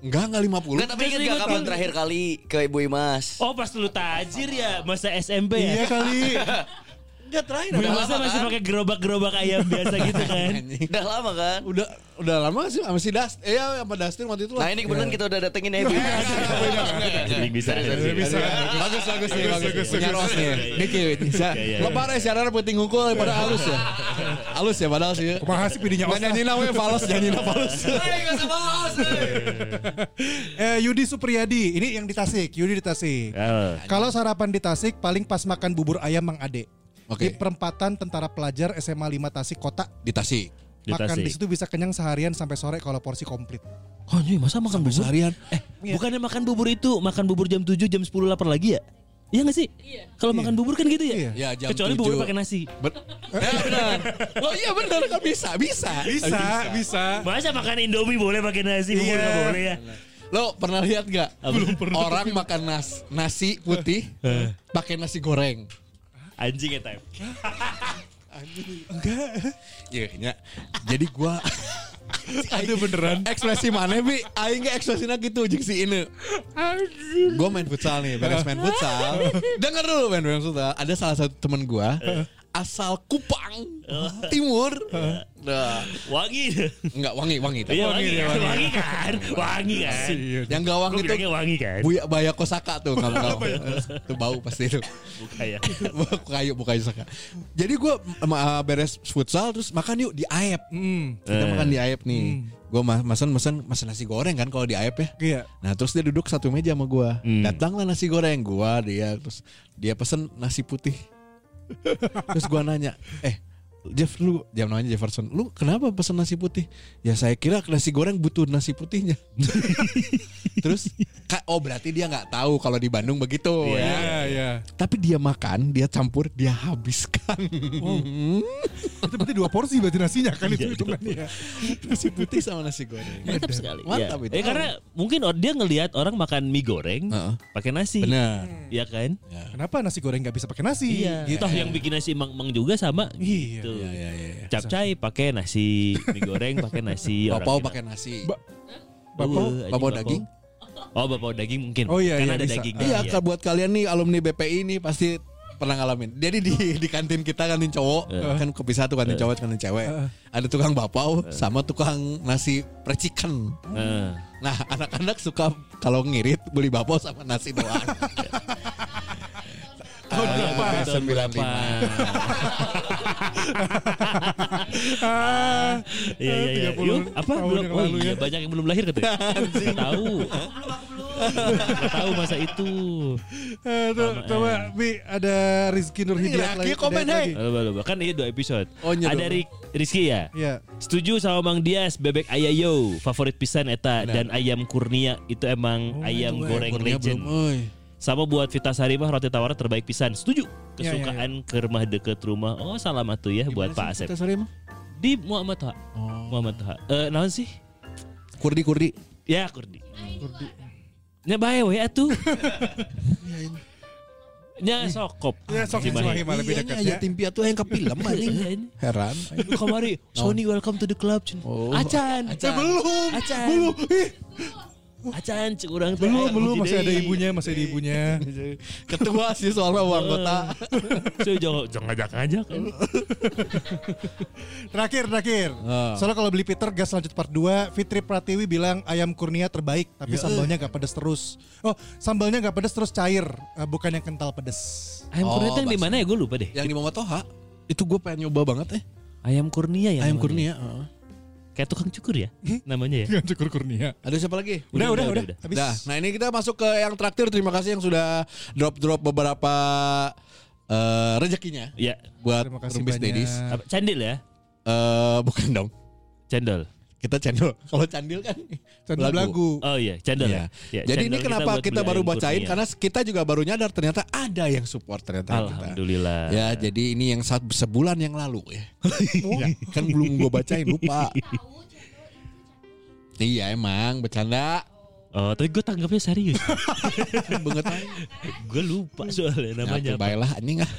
Speaker 3: Enggak enggak 50.
Speaker 6: Nggak tapi inget
Speaker 5: Terus
Speaker 6: gak kapan
Speaker 5: ingetin.
Speaker 6: terakhir kali ke Ibu Imas?
Speaker 5: Oh, pas lu tajir ya, masa SMP
Speaker 7: Iya
Speaker 5: ya. <laughs>
Speaker 7: kali.
Speaker 6: Enggak terakhir
Speaker 5: Bu
Speaker 6: udah lama
Speaker 5: Imasnya masih
Speaker 6: kan?
Speaker 5: pakai gerobak-gerobak ayam biasa gitu kan.
Speaker 3: Anjing.
Speaker 6: Udah lama kan?
Speaker 3: Udah udah lama sih sama si Dust. Eh ya sama Dustin waktu itu
Speaker 6: Nah
Speaker 3: lah.
Speaker 6: ini kebetulan kita udah datengin ya Ibu Imas. iya,
Speaker 5: Jadi bisa.
Speaker 3: Bisa. Bagus bagus nih bagus.
Speaker 5: bagus,
Speaker 3: Punya
Speaker 5: bagus.
Speaker 3: Ros nih.
Speaker 5: Iya, iya, iya.
Speaker 3: Diki bisa.
Speaker 5: Iya, iya.
Speaker 3: Lebar ya siaran penting ngukul daripada halus ya. Halus ya padahal sih.
Speaker 7: Kumaha sih pidinya
Speaker 3: Nggak
Speaker 7: Osta.
Speaker 3: nyanyi namanya Falos, nyanyi nama Falos.
Speaker 6: Hei gak usah bahas,
Speaker 2: Eh,
Speaker 6: hei.
Speaker 2: Yudi Supriyadi, ini yang di Tasik. Yudi di Tasik.
Speaker 5: Oh.
Speaker 2: Kalau sarapan di Tasik paling pas makan bubur ayam Mang Ade. Di
Speaker 3: Oke.
Speaker 2: perempatan Tentara Pelajar SMA 5 Tasik Kota.
Speaker 3: Di Tasik.
Speaker 5: <laughs> Di
Speaker 2: makan
Speaker 5: Tasik.
Speaker 2: di situ bisa kenyang seharian sampai sore kalau porsi komplit.
Speaker 5: Anjing, masa makan bubur?
Speaker 3: Seharian.
Speaker 5: Eh, bukannya makan bubur itu makan bubur jam 7 jam 10 lapar lagi ya? Iya gak sih? Kalau makan bubur kan gitu ya?
Speaker 3: Iya. Ya, jam
Speaker 5: Kecuali
Speaker 3: 7.
Speaker 5: bubur pakai nasi.
Speaker 3: Bet- Ya, benar. Oh iya benar kan bisa, bisa.
Speaker 2: bisa.
Speaker 5: Masa makan Indomie boleh pakai nasi, bubur nggak boleh ya?
Speaker 3: Lo pernah lihat gak? Orang makan nas- nasi putih pakai nasi goreng.
Speaker 5: Anjing ya time.
Speaker 3: Iya, nya. Jadi gua <laughs> Aduh beneran Ekspresi mana Bi? Aing gak ekspresinya gitu Jeng si ini Gua main futsal nih Beres main <laughs> futsal Dengar dulu main main futsal Ada salah satu temen gua Asal Kupang Timur Nah,
Speaker 5: Wangi.
Speaker 3: Enggak wangi wangi Iya. tapi
Speaker 5: Iya wangi, kan? wangi kan, wangi kan.
Speaker 3: Yang gak
Speaker 5: Gue
Speaker 3: wangi tuh
Speaker 5: bilangnya wangi kan.
Speaker 3: Buya Baya Kosaka tuh kamu tahu. Itu bau pasti itu.
Speaker 5: Kayak
Speaker 3: kayu bukan saka. Jadi gue beres futsal terus makan yuk di Aep. Kita
Speaker 5: Eh.
Speaker 3: makan di Aep nih. Gue mesen mesen mesen nasi goreng kan kalau di Aep ya.
Speaker 2: Iya.
Speaker 3: Nah terus dia duduk satu meja sama gue.
Speaker 7: Hmm.
Speaker 3: Datanglah nasi goreng gue dia terus dia pesen nasi putih. <laughs> terus gue nanya, eh Jeff lu jam namanya Jefferson lu kenapa pesen nasi putih ya saya kira nasi goreng butuh nasi putihnya
Speaker 7: <laughs>
Speaker 3: terus ka- oh berarti dia nggak tahu kalau di Bandung begitu ya
Speaker 7: Iya, iya.
Speaker 3: tapi dia makan, dia campur, dia habiskan.
Speaker 7: Itu berarti dua porsi berarti nasinya Oh, kan
Speaker 5: Iya,
Speaker 7: itu hitungannya.
Speaker 3: Iya, nasi putih sama nasi goreng.
Speaker 5: mantap sekali.
Speaker 3: Mantap
Speaker 5: ya.
Speaker 3: itu. Ah.
Speaker 5: Eh karena mungkin or- dia ngelihat orang makan mie goreng
Speaker 3: Heeh.
Speaker 5: pakai nasi.
Speaker 3: Benar.
Speaker 5: Iya kan?
Speaker 2: Kenapa nasi goreng nggak bisa pakai nasi?
Speaker 5: Iya.
Speaker 2: Gitu.
Speaker 5: Toh yang bikin nasi emang-emang juga sama.
Speaker 2: Iya.
Speaker 5: Gitu.
Speaker 3: Ya ya ya. ya.
Speaker 5: Capcay pakai nasi, mie goreng pakai nasi, Iya,
Speaker 3: <laughs>
Speaker 5: orang
Speaker 3: Bapau
Speaker 5: Minang
Speaker 3: pakai nasi.
Speaker 7: Ba-
Speaker 5: Uh,
Speaker 7: Bapak
Speaker 5: anjing
Speaker 3: Bapau daging?
Speaker 5: Oh, bapau daging mungkin.
Speaker 2: Oh, iya,
Speaker 5: Karena
Speaker 2: iya,
Speaker 5: ada
Speaker 2: bisa.
Speaker 5: dagingnya.
Speaker 3: Iya, kalau buat kalian nih alumni BPI ini pasti pernah ngalamin. Jadi di di kantin kita kantin cowok
Speaker 5: Iya.
Speaker 3: kan kepisah tuh kantin cowok kantin cewek. Ada tukang bapau
Speaker 5: Iya.
Speaker 3: sama tukang nasi percikan.
Speaker 5: Heeh.
Speaker 3: Nah, anak-anak suka kalau ngirit beli bapau sama nasi
Speaker 5: <laughs>
Speaker 3: doang. Tahun berapa?
Speaker 5: Iya, Tahun berapa?
Speaker 3: 95.
Speaker 5: Iya iya iya.
Speaker 7: 30
Speaker 5: Yuk, apa
Speaker 7: tahun
Speaker 5: belum?
Speaker 7: yang
Speaker 5: Oh
Speaker 7: lalu
Speaker 5: iya,
Speaker 7: ya.
Speaker 5: banyak yang belum lahir katanya. Enggak tahu. Enggak tahu masa itu.
Speaker 2: Eh, tuh, coba Bi ada Rizky Nur
Speaker 3: Ini
Speaker 2: Hidayat
Speaker 3: laki komen,
Speaker 2: Hidayat
Speaker 3: hey.
Speaker 5: Lalu, lalu, Kan ini dua episode.
Speaker 3: Oh, iya
Speaker 5: Ada
Speaker 3: dong.
Speaker 5: Rik, Rizky ya?
Speaker 2: Iya.
Speaker 5: Setuju sama Mang Dias, bebek ayayo, favorit pisan eta dan ayam kurnia itu emang
Speaker 7: Oh,
Speaker 5: ayam goreng
Speaker 3: Kurnia
Speaker 5: legend.
Speaker 3: Oh, belum, oi.
Speaker 5: Sama buat Vita Sari mah roti tawar terbaik pisan. Setuju.
Speaker 2: Ya, ya, ya.
Speaker 5: Kesukaan ke rumah deket rumah. Oh, salam atuh ya buat Pak Asep.
Speaker 3: Kita sorry, Mang.
Speaker 5: Di Muhammad Toha. Muhammad Toha. Eh, naon sih?
Speaker 3: Kurdi kurdi.
Speaker 5: Ya Kurdi. Kurdi. Nya bae we atuh. Nya sokop.
Speaker 2: Ya,
Speaker 5: Si
Speaker 2: sok
Speaker 5: Mahe.
Speaker 2: Cimahi mah
Speaker 3: Iya,
Speaker 2: lebih dekat ya.
Speaker 3: timpia tuh yang
Speaker 5: <laughs>
Speaker 3: kepilam
Speaker 5: Iya, ini.
Speaker 3: Gitu. Heran.
Speaker 5: Lu Kamari, Sony welcome to the club. Cun.
Speaker 3: Oh.
Speaker 5: Acan.
Speaker 3: Acan. Eh.
Speaker 5: Belum. Acan. Belum. Acan, cek orang teh.
Speaker 2: Belum,
Speaker 5: Ayo,
Speaker 2: iya. belum
Speaker 5: puji
Speaker 2: masih ada
Speaker 5: deui.
Speaker 2: ibunya, masih ada ibunya.
Speaker 3: Ketua sih soalnya uang kota.
Speaker 5: <laughs> Saya jangan jangan ngajak-ngajak. kan.
Speaker 3: Oh,
Speaker 2: Terakhir, terakhir. Soalnya kalau beli Peter gas lanjut part 2, Fitri Pratiwi bilang ayam kurnia terbaik, tapi sambalnya nggak pedes terus. Oh, sambalnya nggak pedes terus cair, eh, bukan yang kental pedes.
Speaker 5: Ayam
Speaker 3: Oh,
Speaker 5: kurnia teh yang di
Speaker 3: bakso.
Speaker 5: mana ya gue lupa deh.
Speaker 3: Yang di Mama Toha itu gue pengen nyoba banget eh.
Speaker 5: Ayam kurnia ya.
Speaker 3: Ayam
Speaker 5: namanya.
Speaker 3: kurnia. Hmm? heeh.
Speaker 5: Kayak tukang cukur ya namanya ya.
Speaker 7: Dengan cukur kurnia.
Speaker 3: Ada siapa lagi?
Speaker 2: Udah, udah, udah. Habis.
Speaker 3: Dah. Nah ini kita masuk ke yang traktir. Terima kasih yang sudah drop drop beberapa eh, rezekinya
Speaker 5: Ya,
Speaker 3: buat
Speaker 2: Terima kasih
Speaker 3: Rumbis
Speaker 2: banyak.
Speaker 3: Dedis.
Speaker 5: apa, candil ya.
Speaker 3: Eh bukan dong.
Speaker 5: Cendol.
Speaker 3: kita cendol. Kalau candil <laughs> kan
Speaker 7: Cendol belagu.
Speaker 5: Oh iya, cendol ya.
Speaker 3: Iya.
Speaker 5: Ya,
Speaker 3: Jadi
Speaker 5: cendol
Speaker 3: ini kenapa
Speaker 5: buat ya.
Speaker 3: kita,
Speaker 5: beli
Speaker 3: baru
Speaker 5: ayam
Speaker 3: bacain
Speaker 5: kurnia.
Speaker 3: karena kita juga baru nyadar ternyata ada yang support ternyata kita.
Speaker 5: Alhamdulillah.
Speaker 3: Ya, jadi ini yang saat sebulan yang lalu ya.
Speaker 2: Oh.
Speaker 3: Ya, kan belum gue bacain
Speaker 2: <laughs>
Speaker 3: lupa. iya emang bercanda.
Speaker 5: Oh, tapi gue tanggapnya serius.
Speaker 3: <laughs> Banget aja.
Speaker 5: gue lupa soalnya
Speaker 3: Namanya
Speaker 5: namanya.
Speaker 3: baiklah anjing
Speaker 5: <laughs>
Speaker 3: ah.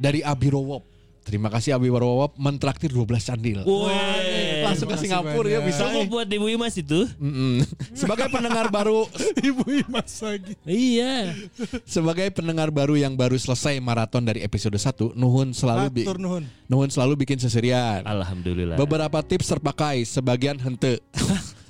Speaker 3: Dari Abi Rowop. Terima kasih Abi Rowop mentraktir 12 candil.
Speaker 5: Weh.
Speaker 3: Langsung
Speaker 7: Terima
Speaker 3: ke
Speaker 7: kasih
Speaker 3: Singapura ya
Speaker 7: banyak.
Speaker 3: bisa.
Speaker 5: Promo buat Ibu Imas itu. <laughs>
Speaker 3: Mm-mm. Sebagai pendengar baru
Speaker 7: Ibu Imas lagi.
Speaker 5: Iya.
Speaker 3: sebagai pendengar baru yang baru selesai maraton dari episode 1, nuhun selalu bi-
Speaker 7: Atur nuhun.
Speaker 3: nuhun selalu bikin seserian.
Speaker 5: Alhamdulillah.
Speaker 3: Beberapa tips terpakai, sebagian hente.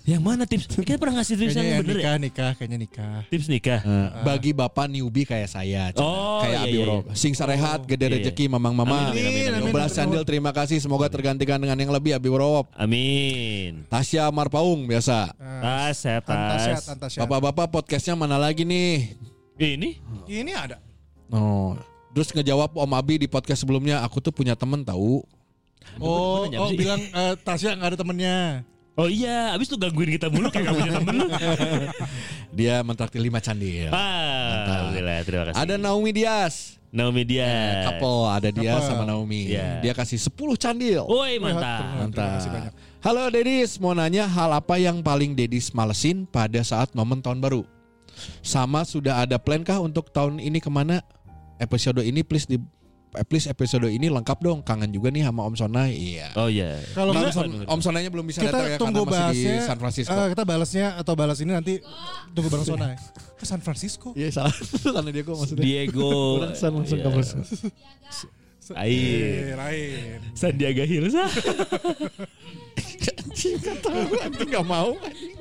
Speaker 5: yang mana tips? Kita pernah ngasih tips
Speaker 7: Kayaknya
Speaker 5: yang
Speaker 7: yang
Speaker 5: bener ya?
Speaker 7: nikah, nikah, kayaknya nikah.
Speaker 5: Tips nikah.
Speaker 3: Eh, Bagi bapak newbie kayak saya, cina.
Speaker 5: Ah. Oh,
Speaker 3: kayak
Speaker 5: iya,
Speaker 3: Abi
Speaker 5: iya,
Speaker 3: Rob. Sing sarehat, gede
Speaker 5: Iya, iya.
Speaker 3: rezeki, mamang mama.
Speaker 5: Amin, amin, amin,
Speaker 3: 12 candil, terima kasih. Semoga tergantikan dengan yang lebih Abi Rob.
Speaker 5: Amin.
Speaker 3: Tasya Marpaung biasa.
Speaker 5: Tas, ya,
Speaker 7: Antasyat,
Speaker 5: tas.
Speaker 7: antasyat.
Speaker 3: Bapak-bapak podcastnya mana lagi nih?
Speaker 5: Eh, Ini?
Speaker 7: Ini ada.
Speaker 3: Oh. Terus ngejawab Om Abi di podcast sebelumnya, aku tuh punya temen tahu.
Speaker 7: Oh,
Speaker 5: temennya apa
Speaker 7: oh
Speaker 5: sih?
Speaker 7: bilang eh, Tasya nggak ada temennya.
Speaker 5: Oh iya, abis lu gangguin kita mulu kayak gak punya temen lu.
Speaker 3: Dia mentraktir 5 candil.
Speaker 5: Ah, Alhamdulillah, terima kasih.
Speaker 3: Ada Eh, Naomi Dias.
Speaker 5: Naomi dia.
Speaker 3: Couple, ada dia
Speaker 7: Couple.
Speaker 3: sama Naomi.
Speaker 5: Iya. Oh,
Speaker 3: Dia kasih 10 candil.
Speaker 5: Woi,
Speaker 7: Terima
Speaker 5: mantap.
Speaker 7: kasih banyak.
Speaker 3: Mantap. Halo Dedis, mau nanya hal apa yang paling Dedis malesin pada saat momen tahun baru? Sama sudah ada plan kah untuk tahun ini kemana? Episode ini please di eh, please episode ini lengkap dong. Kangen juga nih sama Om Sonai. Iya.
Speaker 5: Oh iya.
Speaker 7: Kalau
Speaker 3: Om,
Speaker 7: nggak
Speaker 3: Son- Om Sonainya belum bisa
Speaker 7: kita
Speaker 3: datang ya
Speaker 7: tunggu
Speaker 3: karena masih
Speaker 7: bahasnya
Speaker 3: di San Francisco.
Speaker 7: eh, kita balasnya atau balas ini nanti tunggu bareng Sona ya. Ke San Francisco.
Speaker 3: Iya salah. Karena dia kok maksudnya.
Speaker 5: Diego.
Speaker 3: Langsung langsung
Speaker 5: Iya.
Speaker 3: ke Brazil.
Speaker 5: Air.
Speaker 7: Eh, lain.
Speaker 5: Sandiaga Hills.
Speaker 3: Anjing kata gue anjing nggak mau. anjing.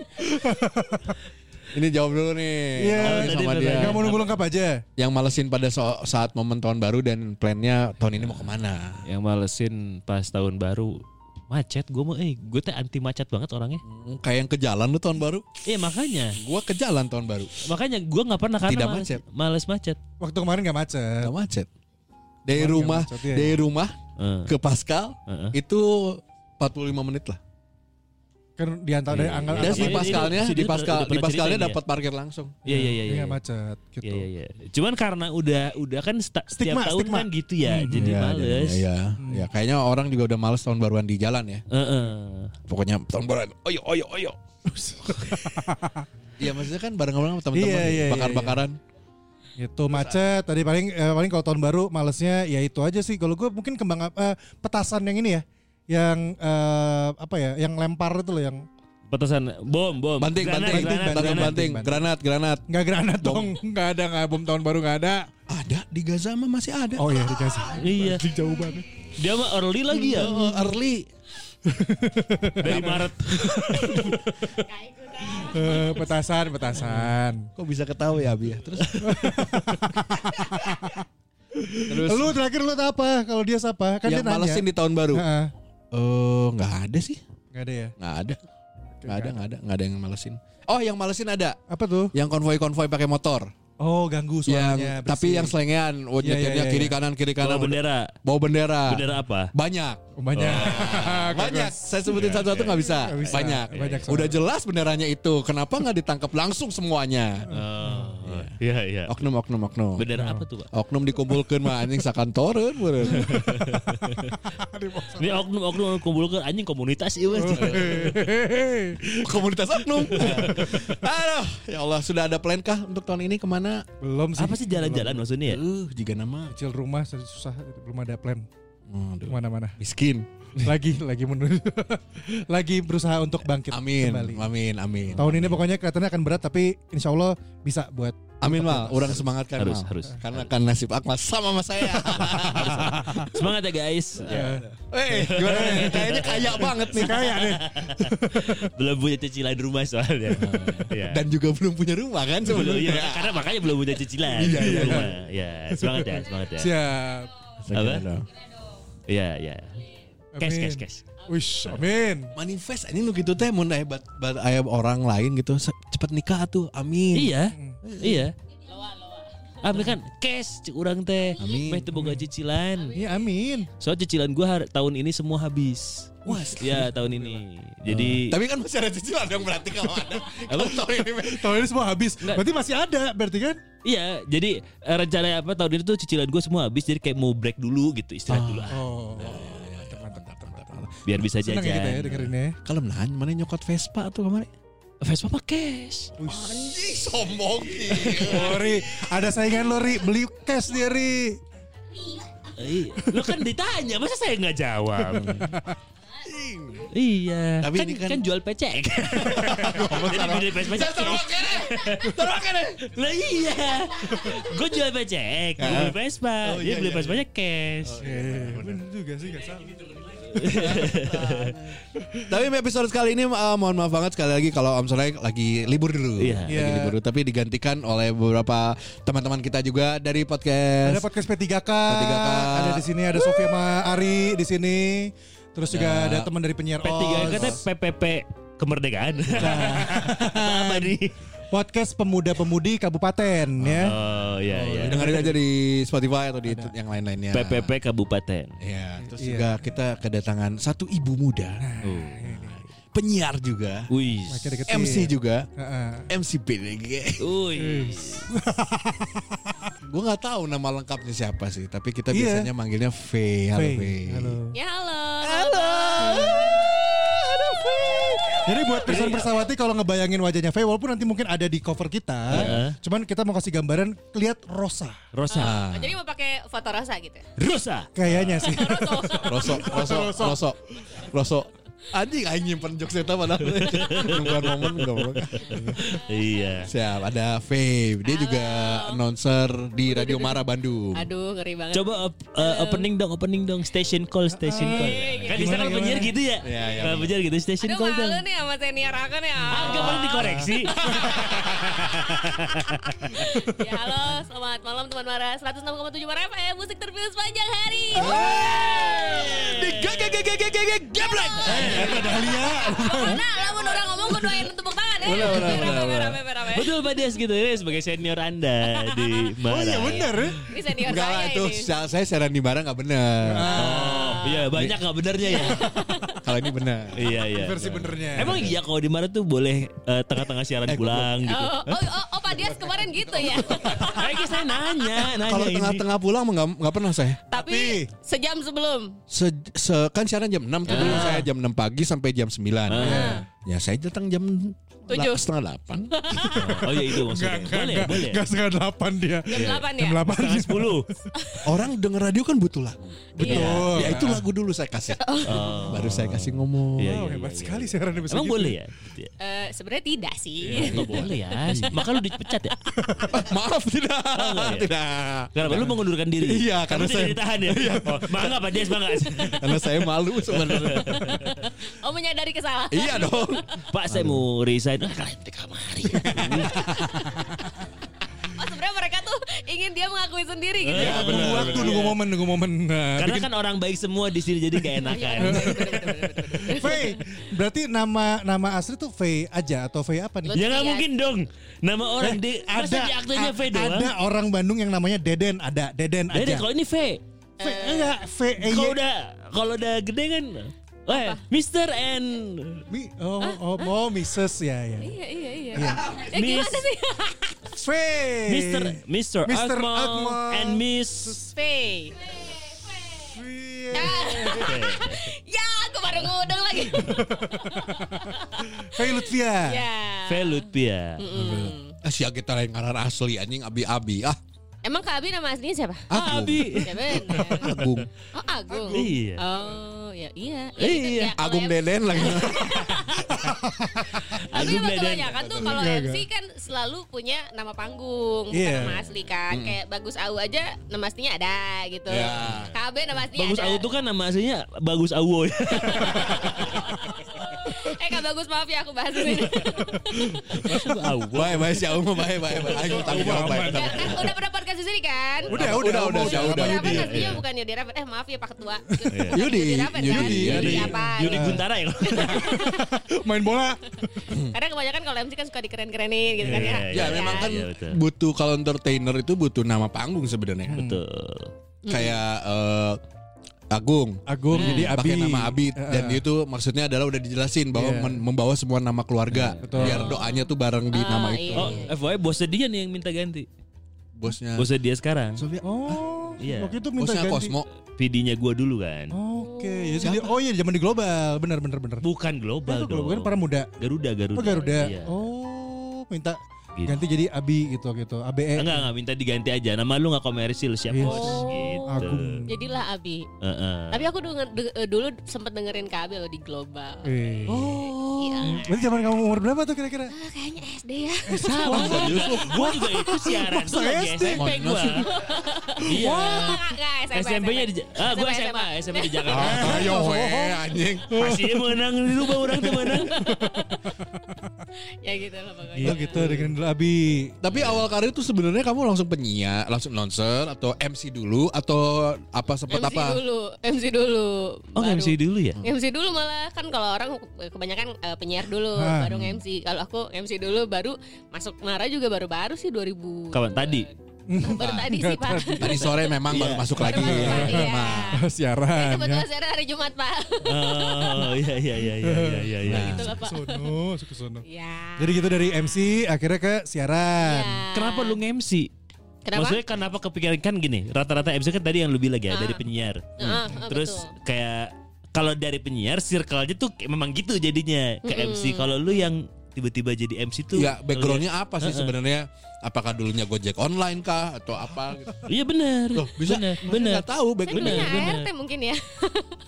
Speaker 3: Ini jawab dulu nih.
Speaker 7: Iya.
Speaker 3: Naomi
Speaker 5: Oh, tadi
Speaker 3: sama
Speaker 5: bener.
Speaker 3: dia.
Speaker 7: Nggak mau nunggu lengkap aja.
Speaker 3: yang malesin pada so- saat momen tahun baru dan plannya tahun ini mau kemana?
Speaker 5: yang malesin pas tahun baru macet gue mau eh gue teh anti macet banget orangnya
Speaker 3: Kayak yang ke jalan lu tahun baru?
Speaker 5: eh makanya
Speaker 3: Gua ke jalan tahun baru.
Speaker 5: makanya gue nggak pernah karena
Speaker 3: Tidak
Speaker 5: males,
Speaker 3: macet.
Speaker 5: males macet
Speaker 7: Waktu kemarin nggak macet.
Speaker 3: Gak macet. Dari
Speaker 7: Kemarin
Speaker 3: rumah,
Speaker 7: nggak macet, iya.
Speaker 3: dari rumah
Speaker 5: Eh,
Speaker 3: ke Pascal
Speaker 5: Heeh.
Speaker 3: itu 45 menit lah.
Speaker 7: Kan di antara dari
Speaker 5: Iya,
Speaker 7: angka
Speaker 5: iya.
Speaker 3: Dan di
Speaker 5: tapi ini-
Speaker 3: Pascalnya,
Speaker 5: ini
Speaker 3: di
Speaker 5: udah-
Speaker 3: Pascal,
Speaker 5: udah
Speaker 3: di
Speaker 5: pernah
Speaker 3: Pascalnya
Speaker 5: ceritain ya?
Speaker 3: dapat parkir langsung.
Speaker 5: iya iya iya
Speaker 7: Dia
Speaker 5: iya
Speaker 7: nggak macet gitu.
Speaker 5: Iya, iya, iya. Cuman karena udah udah kan sta- setiap
Speaker 7: Stigma,
Speaker 5: tahun
Speaker 7: stigma.
Speaker 5: kan gitu ya, jadi
Speaker 3: Iya,
Speaker 5: males.
Speaker 3: jadinya, Iya,
Speaker 7: Hmm.
Speaker 3: ya kayaknya orang juga udah males tahun baruan di jalan ya.
Speaker 5: Heeh.
Speaker 3: Pokoknya tahun baruan. Oyo oyo
Speaker 7: <laughs>
Speaker 3: oyo. Iya maksudnya kan bareng-bareng sama teman-teman
Speaker 7: Iya, iya, iya,
Speaker 3: bakar-bakaran.
Speaker 7: Itu Gitu, macet. Tadi paling eh, paling kalau tahun baru malesnya ya itu aja sih. Kalau gue mungkin kembang ap- eh, petasan yang ini ya. Yang eh, apa ya? Yang lempar itu loh yang
Speaker 5: Petasan bom bom.
Speaker 3: Banting,
Speaker 5: Granat,
Speaker 3: banting,
Speaker 5: granat,
Speaker 3: banting,
Speaker 5: granat.
Speaker 3: banting, granat, granat.
Speaker 7: nggak granat dong, <laughs> nggak ada nggak bom tahun baru nggak ada.
Speaker 3: Ada di Gaza mah masih ada.
Speaker 7: Oh iya dikasih.
Speaker 5: Iya.
Speaker 7: Jauh banget.
Speaker 5: Dia mah early lagi ya
Speaker 3: Oh, early.
Speaker 5: dari Maret.
Speaker 7: <laughs> <laughs> Eh, petasan, petasan.
Speaker 3: Kok bisa ketawa ya Abi ya? Terus Terus
Speaker 7: Lu terakhir lu apa? Kalau dia siapa? Kan
Speaker 3: yang
Speaker 7: dia nanya.
Speaker 3: malesin di tahun baru. Eh,
Speaker 7: Heeh.
Speaker 3: nggak ada sih.
Speaker 7: Nggak ada ya?
Speaker 3: Nggak ada. Nggak ada, nggak ada, nggak ada yang malesin. Oh, yang malesin ada.
Speaker 7: Apa tuh?
Speaker 3: Yang konvoi-konvoi pakai motor.
Speaker 7: Oh ganggu suaranya.
Speaker 3: yang tapi yang selengean, oh,
Speaker 7: Iya, iya,
Speaker 3: nyetirnya
Speaker 7: iya,
Speaker 3: kiri
Speaker 7: iya.
Speaker 3: kanan kiri
Speaker 5: Kalau
Speaker 3: kanan.
Speaker 5: bendera.
Speaker 3: Bawa bendera.
Speaker 5: Bendera apa?
Speaker 3: Banyak.
Speaker 7: banyak.
Speaker 3: Oh. Banyak. Saya sebutin satu-satu nggak
Speaker 7: Iya,
Speaker 3: bisa.
Speaker 7: Nggak bisa.
Speaker 3: Banyak.
Speaker 7: Banyak
Speaker 3: Udah jelas benderanya itu. Kenapa nggak ditangkap langsung semuanya?
Speaker 5: Oh, iya iya.
Speaker 3: Oknum, oknum, oknum.
Speaker 5: Bendera apa tuh, Pak?
Speaker 3: Oknum dikumpulkan mah anjing sakantoreun
Speaker 5: <laughs>
Speaker 3: beureun.
Speaker 5: Ini oknum-oknum kumpulkan anjing komunitas
Speaker 3: <laughs>
Speaker 5: iya. Mas.
Speaker 3: Komunitas oknum.
Speaker 5: Iya.
Speaker 3: Aduh, ya Allah sudah ada plan kah untuk tahun ini kemana?
Speaker 7: <laughs> Belum sih.
Speaker 5: Apa sih jalan-jalan maksudnya ya?
Speaker 3: Uh, jika nama
Speaker 7: Kecil rumah susah belum ada plan
Speaker 3: Aduh,
Speaker 7: kemana-mana.
Speaker 3: miskin.
Speaker 7: Lagi lagi menuju. <laughs> lagi berusaha untuk bangkit
Speaker 3: Amin,
Speaker 7: kembali.
Speaker 3: amin, amin.
Speaker 7: Tahun ini pokoknya kelihatannya akan berat tapi insya Allah bisa buat
Speaker 3: Amin mal, orang semangatkan
Speaker 5: Harus,
Speaker 3: Mal.
Speaker 5: harus.
Speaker 3: Karena kan nasib Akmal sama sama saya. <laughs>
Speaker 5: Semangat ya guys.
Speaker 3: Eh, gimana nih? Kayaknya kaya banget nih. Kaya nih.
Speaker 5: belum punya cicilan rumah
Speaker 3: <laughs>
Speaker 5: soalnya. Iya.
Speaker 3: Dan juga belum punya rumah kan
Speaker 5: belum ya,
Speaker 3: sebelumnya.
Speaker 5: karena makanya belum punya cicilan.
Speaker 3: Iya, iya,
Speaker 5: Rumah. Ya, semangat ya, semangat ya.
Speaker 7: siap.
Speaker 5: Apa? Iya, iya. Cash, cash, cash.
Speaker 7: Wish,
Speaker 3: Iya.
Speaker 7: amin.
Speaker 3: Manifest anjing lu gitu teh mau hebat bat Mm. ayam orang lain gitu se- cepet nikah tuh. Amin.
Speaker 5: Iya, iya. Amin kan cash cek urang teh.
Speaker 3: Amin. Mm.
Speaker 5: Meh teu boga cicilan.
Speaker 7: Iya amin.
Speaker 5: Soal cicilan gua har- tahun ini semua habis. Wah, ya tahun ini. Jadi
Speaker 3: Tapi kan masih ada cicilan dong berarti kalau
Speaker 5: <laughs>
Speaker 3: ada.
Speaker 5: Apa?
Speaker 3: Kalau ini
Speaker 7: Tahun ini semua habis.
Speaker 5: Nggak.
Speaker 7: Berarti masih ada berarti kan?
Speaker 5: iya, jadi eh, rencananya apa tahun ini tuh cicilan gua semua habis jadi kayak mau break dulu gitu, istirahat dulu ah,
Speaker 7: Oh.
Speaker 5: biar bisa
Speaker 7: Seneng
Speaker 5: jajan.
Speaker 7: ya kita ya dengerin ya.
Speaker 3: Kalau menahan mana nyokot Vespa tuh kemarin?
Speaker 5: Vespa mah cash.
Speaker 3: Anjing sombong.
Speaker 7: Oh, Ri, ada saingan lo Ri, beli cash dia Ri.
Speaker 5: Iya. Lu kan ditanya, masa saya nggak jawab? iya.
Speaker 3: Tapi
Speaker 5: kan,
Speaker 3: ini
Speaker 5: kan,
Speaker 3: kan-
Speaker 5: jual
Speaker 3: <laughs>
Speaker 5: pecek. Jadi beli pecek. Lah iya. Gue jual pecek, gue beli Vespa.
Speaker 3: Oh, iya,
Speaker 5: Dia beli
Speaker 3: iya,
Speaker 5: Vespanya cash.
Speaker 7: juga sih gak salah.
Speaker 3: Tapi episode kali ini eh, mohon maaf banget sekali lagi kalau Om Soleh lagi libur dulu.
Speaker 5: Iya.
Speaker 3: Lagi
Speaker 7: Iya.
Speaker 3: libur dulu tapi digantikan oleh beberapa teman-teman kita juga dari
Speaker 7: Ada
Speaker 3: podcast.
Speaker 7: podcast P3K.
Speaker 3: P3K.
Speaker 7: Ada di sini ada Sofia sama Ari di sini. Terus juga
Speaker 3: Ya.
Speaker 7: ada teman dari penyiar
Speaker 5: P3
Speaker 7: OS.
Speaker 5: katanya PPP kemerdekaan. <laughs> Apa nih?
Speaker 7: Podcast pemuda-pemudi kabupaten ya.
Speaker 3: Ah.
Speaker 5: Oh iya iya.
Speaker 3: Dengerin aja di Spotify atau di yang
Speaker 5: Ya.
Speaker 3: lain-lainnya.
Speaker 5: PPP kabupaten.
Speaker 3: Iya, terus juga kita kedatangan satu ibu muda. Penyiar juga,
Speaker 5: Wih.
Speaker 7: Makin deketin.
Speaker 3: MC juga,
Speaker 7: Heeh.
Speaker 3: MC PDG.
Speaker 5: Wih.
Speaker 3: Gue nggak tahu nama lengkapnya siapa sih, tapi kita
Speaker 7: Iya.
Speaker 3: biasanya manggilnya V. Halo V.
Speaker 7: Faye, Halo.
Speaker 8: Ya halo.
Speaker 7: Jadi
Speaker 5: Iya.
Speaker 7: buat pesan Persawati kalau ngebayangin wajahnya Faye walaupun nanti mungkin ada di cover kita,
Speaker 5: Heeh.
Speaker 7: cuman kita mau kasih gambaran lihat Rosa.
Speaker 5: Rosa.
Speaker 8: Oh, jadi mau pakai foto rosa gitu.
Speaker 5: Rosa.
Speaker 7: Kayaknya sih.
Speaker 5: Iya,
Speaker 7: <laughs>
Speaker 3: Ah, Rosso, Rosso, Rosso, Rosso. Anjing aing nyimpen jokes eta padahal. Nungguan momen goblok.
Speaker 5: Iya.
Speaker 3: Siap, ada V. Dia juga announcer di Radio Mara Bandung.
Speaker 8: Aduh, ngeri banget.
Speaker 5: Coba op- eh, opening dong, opening dong, station call, station call. Kan di
Speaker 7: Gimana,
Speaker 5: sana kalau penyiar gitu ya?
Speaker 3: Iya, iya,
Speaker 5: Kalau penyiar gitu, station
Speaker 8: Aduh,
Speaker 5: call dong.
Speaker 8: malu nih sama senior aku nih.
Speaker 5: Agak malah
Speaker 8: <laughs>
Speaker 5: dikoreksi.
Speaker 8: Ya halo, selamat malam teman Mara. 106,7 Mara FM, musik terpilih sepanjang hari.
Speaker 3: Gablek.
Speaker 8: Nah, lamun orang ngomong gue doain tepuk tangan ya.
Speaker 5: Boleh, boleh,
Speaker 8: Rame,
Speaker 5: boleh, boleh.
Speaker 8: rame, rame.
Speaker 5: Betul Pak Des gitu ya sebagai senior Anda di Mara. Oh iya benar.
Speaker 8: Ini senior
Speaker 3: Enggak lah
Speaker 8: saya
Speaker 3: itu gitu.
Speaker 8: ini.
Speaker 3: saya saya siaran di Mara nggak bener.
Speaker 5: Oh, iya banyak nggak benernya ya.
Speaker 3: Kalau ini bener.
Speaker 5: iya iya.
Speaker 7: Versi benernya.
Speaker 5: Emang iya kalau di Mara tuh boleh eh, tengah-tengah siaran pulang gitu.
Speaker 8: Oh, oh, oh, oh, Pak Dias kemarin gitu ya.
Speaker 5: Kayaknya saya nanya, nanya
Speaker 3: Iya. Kalau
Speaker 5: ini.
Speaker 3: tengah-tengah pulang mah nggak nggak pernah saya.
Speaker 8: Tapi sejam sebelum.
Speaker 3: Se, se- kan siaran jam 6 tuh dulu
Speaker 5: Ah.
Speaker 3: saya jam 6 pagi sampai jam 9. Ya saya datang jam
Speaker 8: Tujuh.
Speaker 3: la- setengah 8.
Speaker 5: Oh iya itu maksudnya. boleh, boleh.
Speaker 7: Gak setengah delapan dia.
Speaker 8: Jam 8 ya.
Speaker 7: Jam delapan.
Speaker 5: Setengah sepuluh.
Speaker 3: Orang denger radio kan butuh lagu.
Speaker 5: Iya.
Speaker 8: Betul.
Speaker 3: Ya itu lagu dulu saya kasih.
Speaker 8: Oh.
Speaker 3: Baru saya kasih ngomong.
Speaker 5: Ah. Iya,
Speaker 7: Wow,
Speaker 5: iya,
Speaker 7: hebat
Speaker 5: iya,
Speaker 7: sekali siaran bisa gitu.
Speaker 5: Emang
Speaker 7: Iya.
Speaker 5: boleh ya? Gitu ya?
Speaker 8: Eh, Sebenarnya tidak sih.
Speaker 5: Nggak boleh ya. Maka lu dipecat ya?
Speaker 3: <laughs> Maaf tidak.
Speaker 5: nggak ya?
Speaker 3: Tidak.
Speaker 5: Karena lu mengundurkan diri.
Speaker 3: Iya, karena
Speaker 5: tidak
Speaker 3: saya-
Speaker 5: ditahan ya.
Speaker 7: Iya.
Speaker 5: Oh, bangga Pak Des bangga. <laughs>
Speaker 3: Karena saya malu sebenarnya.
Speaker 8: Oh menyadari kesalahan.
Speaker 3: iya dong.
Speaker 5: Pak saya mau resign. Ah, kalian di kamari.
Speaker 8: Oh sebenarnya mereka tuh ingin dia mengakui sendiri gitu.
Speaker 5: Iya,
Speaker 8: ya.
Speaker 7: Nunggu waktu, nunggu momen, nunggu momen. Nah,
Speaker 5: Karena
Speaker 7: bikin-
Speaker 5: kan orang baik semua di sini jadi gak
Speaker 8: Iya,
Speaker 5: enakan.
Speaker 7: Faye, berarti nama nama asli tuh Faye aja atau Faye apa nih?
Speaker 8: Lutfi
Speaker 5: ya nggak
Speaker 8: ya.
Speaker 5: mungkin dong. Nama orang di masa di aktenya
Speaker 7: Eh, a-
Speaker 5: V doang.
Speaker 7: Ada orang Bandung yang namanya Deden, ada Deden
Speaker 5: Jadi
Speaker 7: aja.
Speaker 5: kalau ini V. Eh,
Speaker 7: V, enggak, V, E,
Speaker 5: Kalau
Speaker 7: Y.
Speaker 5: udah kalau udah gede kan Eh, Mr. and
Speaker 7: Mi- oh, oh, oh, Mrs. ya, ya.
Speaker 8: Iya iya iya. Ya gimana
Speaker 5: Miss-
Speaker 8: sih?
Speaker 7: Faye.
Speaker 5: Mr. Mr.
Speaker 7: Mr.
Speaker 5: Akmal,
Speaker 7: Akmal.
Speaker 5: and Miss
Speaker 8: Faye.
Speaker 7: Faye.
Speaker 8: <laughs> Ya aku baru ngudeng lagi.
Speaker 7: Faye Lutfia.
Speaker 8: Ya.
Speaker 5: V Lutfia.
Speaker 3: Ah, Sia kita lain ngaran asli anjing abi-abi ah.
Speaker 8: Emang Kak Abi nama aslinya siapa?
Speaker 3: Agung.
Speaker 5: Abi.
Speaker 8: Ya bener.
Speaker 3: Ah. Agung.
Speaker 8: Oh Agung.
Speaker 5: Iya.
Speaker 8: Oh ya iya. Ya, gitu.
Speaker 5: Iya.
Speaker 8: Ya, kalau
Speaker 3: Agung
Speaker 8: MC
Speaker 3: Deden lagi.
Speaker 8: Tapi
Speaker 5: Agung
Speaker 8: emang
Speaker 5: Deden.
Speaker 8: kebanyakan tuh kalau
Speaker 3: Iya,
Speaker 8: MC kan selalu punya nama panggung, bukan
Speaker 7: Iya.
Speaker 8: nama asli kan. Kayak Bagus Au aja nama aslinya ada gitu.
Speaker 3: Iya.
Speaker 8: KB nama aslinya
Speaker 5: Bagus
Speaker 8: iya,
Speaker 5: <laughs>
Speaker 8: ada. Iya,
Speaker 5: Awu tuh kan nama aslinya Bagus Awo ya.
Speaker 8: eh Kak Bagus maaf ya aku bahas <laughs> ini.
Speaker 3: Bye bye si Auma bye bye bye. Ayo tanggung jawab bye.
Speaker 8: Ya, kan udah pernah podcast sendiri kan?
Speaker 3: Udah udah udah udah udah.
Speaker 8: Yudi
Speaker 3: Yudi.
Speaker 8: Raven pastinya bukan Yudi Raven. Eh maaf ya Pak Ketua.
Speaker 3: Yudi,
Speaker 8: Raven kan?
Speaker 3: Yudi,
Speaker 8: Yudi
Speaker 3: Yudi.
Speaker 8: apa?
Speaker 5: Yudi Guntara ya.
Speaker 7: Main bola.
Speaker 8: Karena kebanyakan kalau MC kan suka dikeren-kerenin gitu kan ya.
Speaker 3: Ya memang kan
Speaker 5: Iya, betul.
Speaker 3: butuh kalau entertainer itu butuh nama panggung sebenarnya.
Speaker 5: Betul.
Speaker 8: Hmm.
Speaker 3: Kayak eh, Agung.
Speaker 7: Agung
Speaker 5: Iya.
Speaker 7: jadi Abi.
Speaker 3: Pakai nama Abi dan itu maksudnya adalah udah dijelasin bahwa
Speaker 7: Iya.
Speaker 3: men- membawa semua nama keluarga biar doanya tuh bareng di nama
Speaker 8: Ah,
Speaker 3: itu.
Speaker 8: iya.
Speaker 5: Oh, FYI bosnya dia nih yang minta ganti.
Speaker 3: Bosnya.
Speaker 5: Bosnya dia sekarang.
Speaker 3: Sofia-
Speaker 7: Oh,
Speaker 5: Iya.
Speaker 7: waktu itu minta
Speaker 3: Bosnya
Speaker 7: ganti.
Speaker 3: Cosmo.
Speaker 5: PD-nya gua dulu kan.
Speaker 7: Oke, ya itu dia- oh iya zaman di global, benar benar benar.
Speaker 5: Bukan global
Speaker 7: Itu
Speaker 5: dong.
Speaker 7: bukan kan para muda.
Speaker 5: Garuda, Garuda.
Speaker 7: Oh Garuda.
Speaker 5: Iya.
Speaker 7: Oh, minta
Speaker 5: Gitu. Iya.
Speaker 7: ganti jadi Abi gitu gitu. ABE.
Speaker 5: Enggak, enggak minta diganti aja. Nama lu enggak komersil siap
Speaker 7: Yes.
Speaker 5: bos
Speaker 8: Oh.
Speaker 5: gitu.
Speaker 7: Agung.
Speaker 8: Jadilah Abi.
Speaker 5: Heeh.
Speaker 8: Tapi aku denger- de- eh, dulu sempet dengerin Kak Abi loh di Global.
Speaker 7: Eh.
Speaker 5: Oh.
Speaker 8: Iya.
Speaker 7: Berarti zaman kamu umur berapa tuh kira-kira?
Speaker 8: Ah, Kayaknya SD ya.
Speaker 5: Sama Gue juga ikut siaran Gue lagi SMP gue Iya
Speaker 8: Enggak, enggak, SMP.
Speaker 5: SMP-nya di Ja- ah, gue SMA, SMA di Jakarta.
Speaker 7: Ah.
Speaker 3: Ayo weh anjing.
Speaker 5: Masih menang di rumah orang tuh menang.
Speaker 8: Ya gitu lah pokoknya.
Speaker 3: Oh,
Speaker 7: Iya gitu dengerin dulu Abi.
Speaker 3: Tapi awal karir tuh sebenarnya kamu langsung penyiar, langsung announcer atau MC dulu atau apa sempat
Speaker 8: MC
Speaker 3: apa?
Speaker 8: dulu, MC dulu.
Speaker 5: Oh
Speaker 8: Baru-
Speaker 5: MC dulu ya?
Speaker 8: MC dulu malah kan kalau orang kebanyakan eh, penyiar dulu
Speaker 7: Hah.
Speaker 8: baru MC. Kalau aku MC dulu baru masuk Mara juga baru-baru sih 2000.
Speaker 5: Kapan tadi?
Speaker 8: Baru tadi sih Pak.
Speaker 3: Tadi sore memang baru
Speaker 5: Iya.
Speaker 3: masuk lagi. Iya.
Speaker 8: Baru masuk lagi, ya.
Speaker 7: Siaran.
Speaker 8: Kebetulan saya hari Jumat Pak.
Speaker 5: Oh iya iya iya iya iya iya. iya.
Speaker 8: Gitu lah Pak.
Speaker 7: Sono, suka sono.
Speaker 8: Ya.
Speaker 7: Jadi gitu dari MC akhirnya ke
Speaker 8: Iya.
Speaker 7: siaran.
Speaker 5: Kenapa lu nge-MC?
Speaker 8: Kenapa?
Speaker 5: Maksudnya kenapa kepikiran kan gini, rata-rata MC kan tadi yang lu bilang ya dari penyiar.
Speaker 8: Heeh, heeh,
Speaker 5: Terus
Speaker 8: Ah, betul.
Speaker 5: kayak kalau dari penyiar circle-nya tuh kayak memang gitu jadinya ke MC. Kalau lu yang tiba-tiba jadi MC tuh
Speaker 3: Ya backgroundnya
Speaker 5: Iya.
Speaker 3: apa sih sebenarnya? Apakah dulunya Gojek online kah atau apa? gitu?
Speaker 5: Iya benar.
Speaker 3: Loh, bisa
Speaker 5: benar.
Speaker 3: Mereka
Speaker 5: Benar.
Speaker 3: nggak tahu
Speaker 8: Saya dulunya
Speaker 3: backgroundnya.
Speaker 8: ART mungkin ya.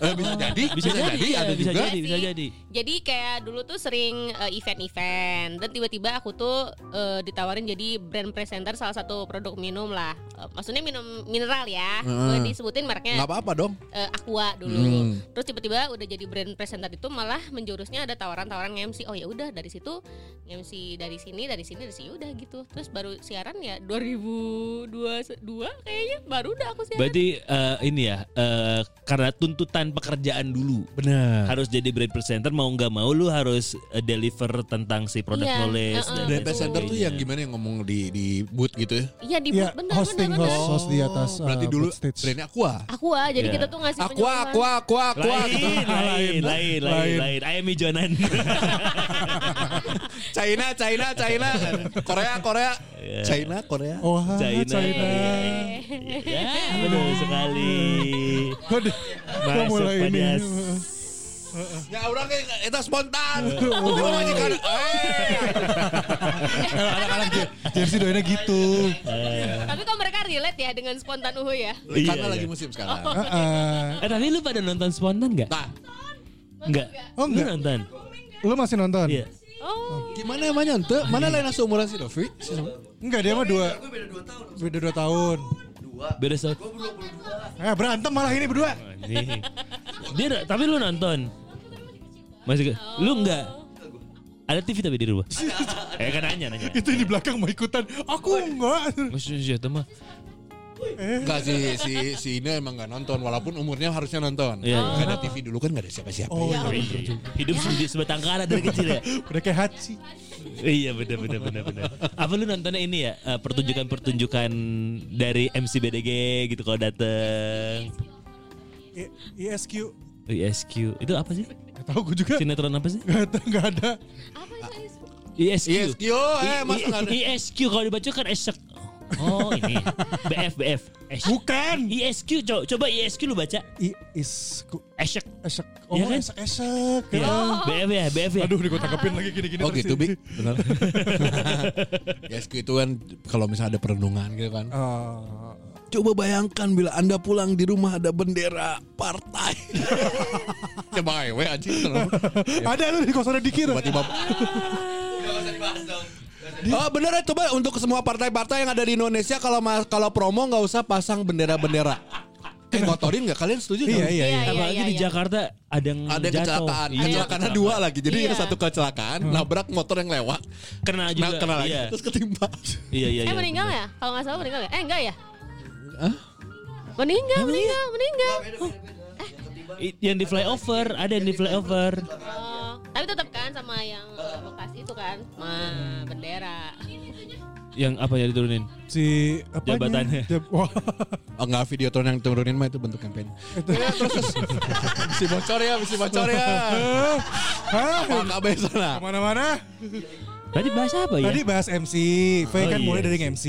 Speaker 3: Eh, bisa jadi, bisa, jadi,
Speaker 5: iya,
Speaker 3: ada
Speaker 5: bisa
Speaker 3: juga.
Speaker 5: jadi, bisa
Speaker 8: Sih.
Speaker 5: jadi.
Speaker 8: Jadi kayak dulu tuh sering eh, event-event dan tiba-tiba aku tuh eh, ditawarin jadi brand presenter salah satu produk minum lah. Eh, maksudnya minum mineral ya. Boleh disebutin mereknya
Speaker 3: Nggak apa-apa dong.
Speaker 8: eh, Aqua dulu. Terus tiba-tiba udah jadi brand presenter itu malah menjurusnya ada tawaran-tawaran MC. Oh ya udah dari situ MC dari sini dari sini dari sini udah gitu. Terus baru siaran ya 2022 kayaknya baru udah aku siaran.
Speaker 5: Berarti eh, ini ya eh, karena tuntutan pekerjaan dulu.
Speaker 3: Benar.
Speaker 5: Harus jadi brand presenter mau nggak mau lu harus eh, deliver tentang si produk
Speaker 8: Iya,
Speaker 5: knowledge
Speaker 8: uh-uh.
Speaker 5: dan lain
Speaker 3: Dan presenter tuh ya
Speaker 5: sebagainya.
Speaker 3: yang gimana yang ngomong di di booth gitu ya? Oh,
Speaker 8: Iya di
Speaker 7: Iya,
Speaker 8: bener
Speaker 7: hosting
Speaker 8: bener bener.
Speaker 7: host, host di atas uh,
Speaker 3: Berarti dulu
Speaker 7: boot stage.
Speaker 3: brandnya Aqua.
Speaker 8: Aqua jadi
Speaker 5: Iya.
Speaker 8: kita tuh ngasih
Speaker 3: Aqua,
Speaker 8: penjelasan.
Speaker 3: Aqua, Aqua, Aqua. gitu.
Speaker 5: lain, lain, lain, lain, lain. Ayam hijauan.
Speaker 3: China, China, China. Korea, Korea.
Speaker 5: Iya.
Speaker 3: China, Korea.
Speaker 7: Oh, ha,
Speaker 5: China.
Speaker 7: China.
Speaker 5: Ya, betul sekali.
Speaker 7: Waduh, gua
Speaker 5: Masuk
Speaker 7: mulai ini.
Speaker 5: pada
Speaker 3: Ya orang kayak itu spontan. Gua Oh,
Speaker 5: <laughs>
Speaker 3: majikan.
Speaker 5: Iya,
Speaker 3: Eh.
Speaker 7: Anak-anak Jer- Jersey doainnya gitu.
Speaker 8: Tapi kok mereka relate ya dengan spontan uhu ya?
Speaker 5: Iya,
Speaker 3: Karena lagi musim sekarang.
Speaker 7: Heeh.
Speaker 5: Eh, tapi lu pada nonton spontan nggak?
Speaker 3: Nah,
Speaker 5: Enggak.
Speaker 7: Oh, enggak.
Speaker 5: Lu nonton.
Speaker 7: Lu masih nonton?
Speaker 5: Iya.
Speaker 8: Oh.
Speaker 3: gimana emangnya ente? Mana lain seumuran si Dovi?
Speaker 7: Iya. Enggak, dia mah dua. Beda dua tahun.
Speaker 5: Beda satu.
Speaker 7: Eh, berantem malah ini berdua.
Speaker 5: Anjing. Dia ada- tapi lu nonton. Masih ke- lu enggak? Ada TV tapi di rumah. eh kan nanya nanya.
Speaker 7: Itu yang di belakang mau ikutan. Aku enggak.
Speaker 5: Maksudnya siapa mah?
Speaker 3: Enggak si si si ini emang gak nonton walaupun umurnya harusnya nonton.
Speaker 5: Iya, iya.
Speaker 3: Gak ada TV dulu kan gak ada siapa-siapa.
Speaker 7: Oh, iya.
Speaker 5: Hidup sebatang sebatang kara dari kecil ya.
Speaker 7: udah kayak Haji.
Speaker 5: iya benar benar benar benar. Apa lu nontonnya ini ya eh, pertunjukan-pertunjukan dari MC BDG gitu kalau dateng
Speaker 7: I- ISQ.
Speaker 5: ISQ itu apa sih?
Speaker 7: Gak tau gue juga.
Speaker 5: Sinetron apa sih?
Speaker 7: Gak, ada- gak ada.
Speaker 8: Apa itu?
Speaker 5: ISQ.
Speaker 3: ISQ,
Speaker 7: Iya,
Speaker 3: eh
Speaker 5: I-
Speaker 3: masa gak ada?
Speaker 5: I- ISQ kalau dibaca kan esek. Oh ini BF BF. Es-
Speaker 7: Bukan.
Speaker 5: ISQ co- coba ISQ lu baca.
Speaker 7: I ISQ.
Speaker 5: Esek.
Speaker 7: Esek. Oh,
Speaker 5: Iya kan?
Speaker 7: esek esek.
Speaker 3: Iya.
Speaker 5: Ya. BF ya, BF ya.
Speaker 7: Aduh, ini gue tangkepin lagi gini-gini.
Speaker 3: Oh
Speaker 7: terus
Speaker 3: gitu
Speaker 7: ini.
Speaker 3: Bi <laughs> Benar ISQ itu kan Kalau misalnya ada perenungan gitu kan
Speaker 7: Oh.
Speaker 3: Coba bayangkan bila anda pulang di rumah ada bendera partai. <laughs> Coba ayo, we anjing.
Speaker 7: ada lu di kosannya dikir.
Speaker 3: Tiba-tiba. Oh bener ya coba untuk semua partai-partai yang ada di Indonesia kalau ma- kalau promo nggak usah pasang bendera-bendera. Eh kotorin nggak kalian setuju nggak?
Speaker 7: Iya iya iya.
Speaker 5: Apalagi
Speaker 8: iya,
Speaker 5: di
Speaker 8: iya.
Speaker 5: Jakarta ada yang
Speaker 3: Ada yang
Speaker 5: jatuh.
Speaker 3: kecelakaan,
Speaker 5: Iya,
Speaker 3: kecelakaannya dua lagi. Jadi
Speaker 8: Iya.
Speaker 3: yang satu kecelakaan, nabrak motor yang lewat,
Speaker 5: Kena juga.
Speaker 3: nah, kena lagi,
Speaker 5: Iya.
Speaker 3: terus ketimpa.
Speaker 5: Iya iya
Speaker 8: Eh
Speaker 5: iya.
Speaker 8: meninggal ya? Kalau nggak salah meninggal ya? Eh enggak ya? Meninggal, meninggal, meninggal.
Speaker 5: I- Yang di flyover, ada yang di flyover.
Speaker 8: Oh, tapi tetap kan sama yang eh, Bekasi itu kan,
Speaker 5: Hmm.
Speaker 8: ma bendera.
Speaker 5: Yang apa ya diturunin?
Speaker 7: Si apa?
Speaker 5: Jabatannya.
Speaker 7: wah,
Speaker 3: Oh enggak videotron yang turunin mah itu bentuk kampanye. Ya, terus terus. si bocor ya, si bocor ya.
Speaker 7: Hah?
Speaker 3: Pak KB sana.
Speaker 7: Kemana-mana?
Speaker 5: Tadi bahas apa ya?
Speaker 7: Tadi bahas MC, V
Speaker 5: Oh,
Speaker 7: kan
Speaker 5: iya,
Speaker 7: mulai dari
Speaker 5: MC.
Speaker 7: MC.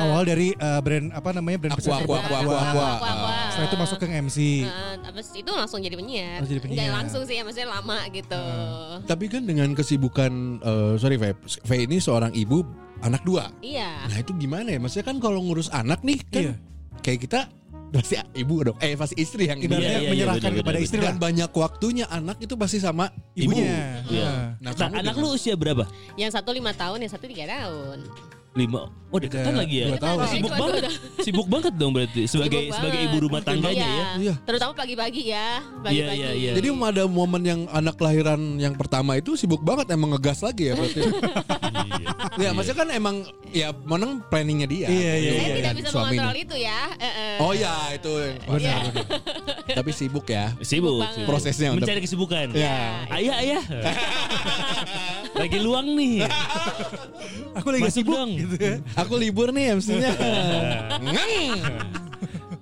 Speaker 7: Awal dari eh, brand apa namanya brand
Speaker 3: Aqua,
Speaker 7: besar
Speaker 3: Aqua, Aqua, Aqua, Aqua.
Speaker 8: Wah, wah.
Speaker 5: ah,
Speaker 7: Setelah itu masuk ke MC.
Speaker 8: Eh, abis itu langsung jadi penyiar.
Speaker 7: Langsung jadi penyiar.
Speaker 8: Nggak langsung sih, ya, maksudnya lama gitu.
Speaker 5: Ah.
Speaker 3: Tapi kan dengan kesibukan eh, sorry V, V ini seorang ibu anak dua.
Speaker 8: Iya.
Speaker 3: Nah itu gimana ya? Maksudnya kan kalau ngurus anak nih kan
Speaker 7: Iya.
Speaker 3: kayak kita pasti ibu dong, eh pasti istri yang
Speaker 7: Ibaratnya
Speaker 5: Iya, iya, iya,
Speaker 7: menyerahkan
Speaker 5: benar,
Speaker 7: kepada
Speaker 5: benar,
Speaker 7: istri
Speaker 3: Dan
Speaker 7: lah.
Speaker 3: banyak waktunya anak itu pasti sama ibunya.
Speaker 7: Ibunya.
Speaker 5: Iya.
Speaker 7: Nah.
Speaker 3: Nah,
Speaker 5: Nah, anak lu usia berapa?
Speaker 8: Yang satu lima tahun, yang satu tiga tahun.
Speaker 5: Lima. Oh,
Speaker 3: Iya.
Speaker 5: deketan
Speaker 7: Udah
Speaker 5: lagi ya.
Speaker 7: dua tahun.
Speaker 5: Sibuk
Speaker 8: Cuma dua
Speaker 5: banget. Sibuk banget dong berarti sebagai
Speaker 8: Sibuk
Speaker 5: sebagai
Speaker 8: banget.
Speaker 5: ibu rumah tangganya ya.
Speaker 3: Iya.
Speaker 8: Terutama pagi-pagi ya, pagi-pagi.
Speaker 5: Iya, iya, iya.
Speaker 3: Jadi ada momen yang anak lahiran yang pertama itu sibuk banget emang ngegas lagi ya
Speaker 7: <laughs>
Speaker 3: berarti.
Speaker 7: Iya,
Speaker 3: ya maksudnya kan emang ya menang planningnya dia.
Speaker 7: Iya, iya,
Speaker 8: Saya tidak
Speaker 3: Dan
Speaker 8: bisa
Speaker 3: suaminya.
Speaker 8: mengontrol Iya. itu ya. Eh, eh.
Speaker 3: Oh ya itu yang pasti.
Speaker 7: Benar,
Speaker 8: <laughs>
Speaker 3: Tapi sibuk ya.
Speaker 5: Sibuk.
Speaker 8: banget.
Speaker 5: sibuk.
Speaker 3: Prosesnya untuk-
Speaker 5: mencari kesibukan.
Speaker 3: Ya.
Speaker 5: Ayah, <laughs> ayah. lagi luang nih.
Speaker 7: Aku lagi
Speaker 5: Masuk
Speaker 7: sibuk
Speaker 5: dong.
Speaker 7: gitu ya.
Speaker 3: Aku libur nih
Speaker 7: <laughs>
Speaker 3: MC-nya.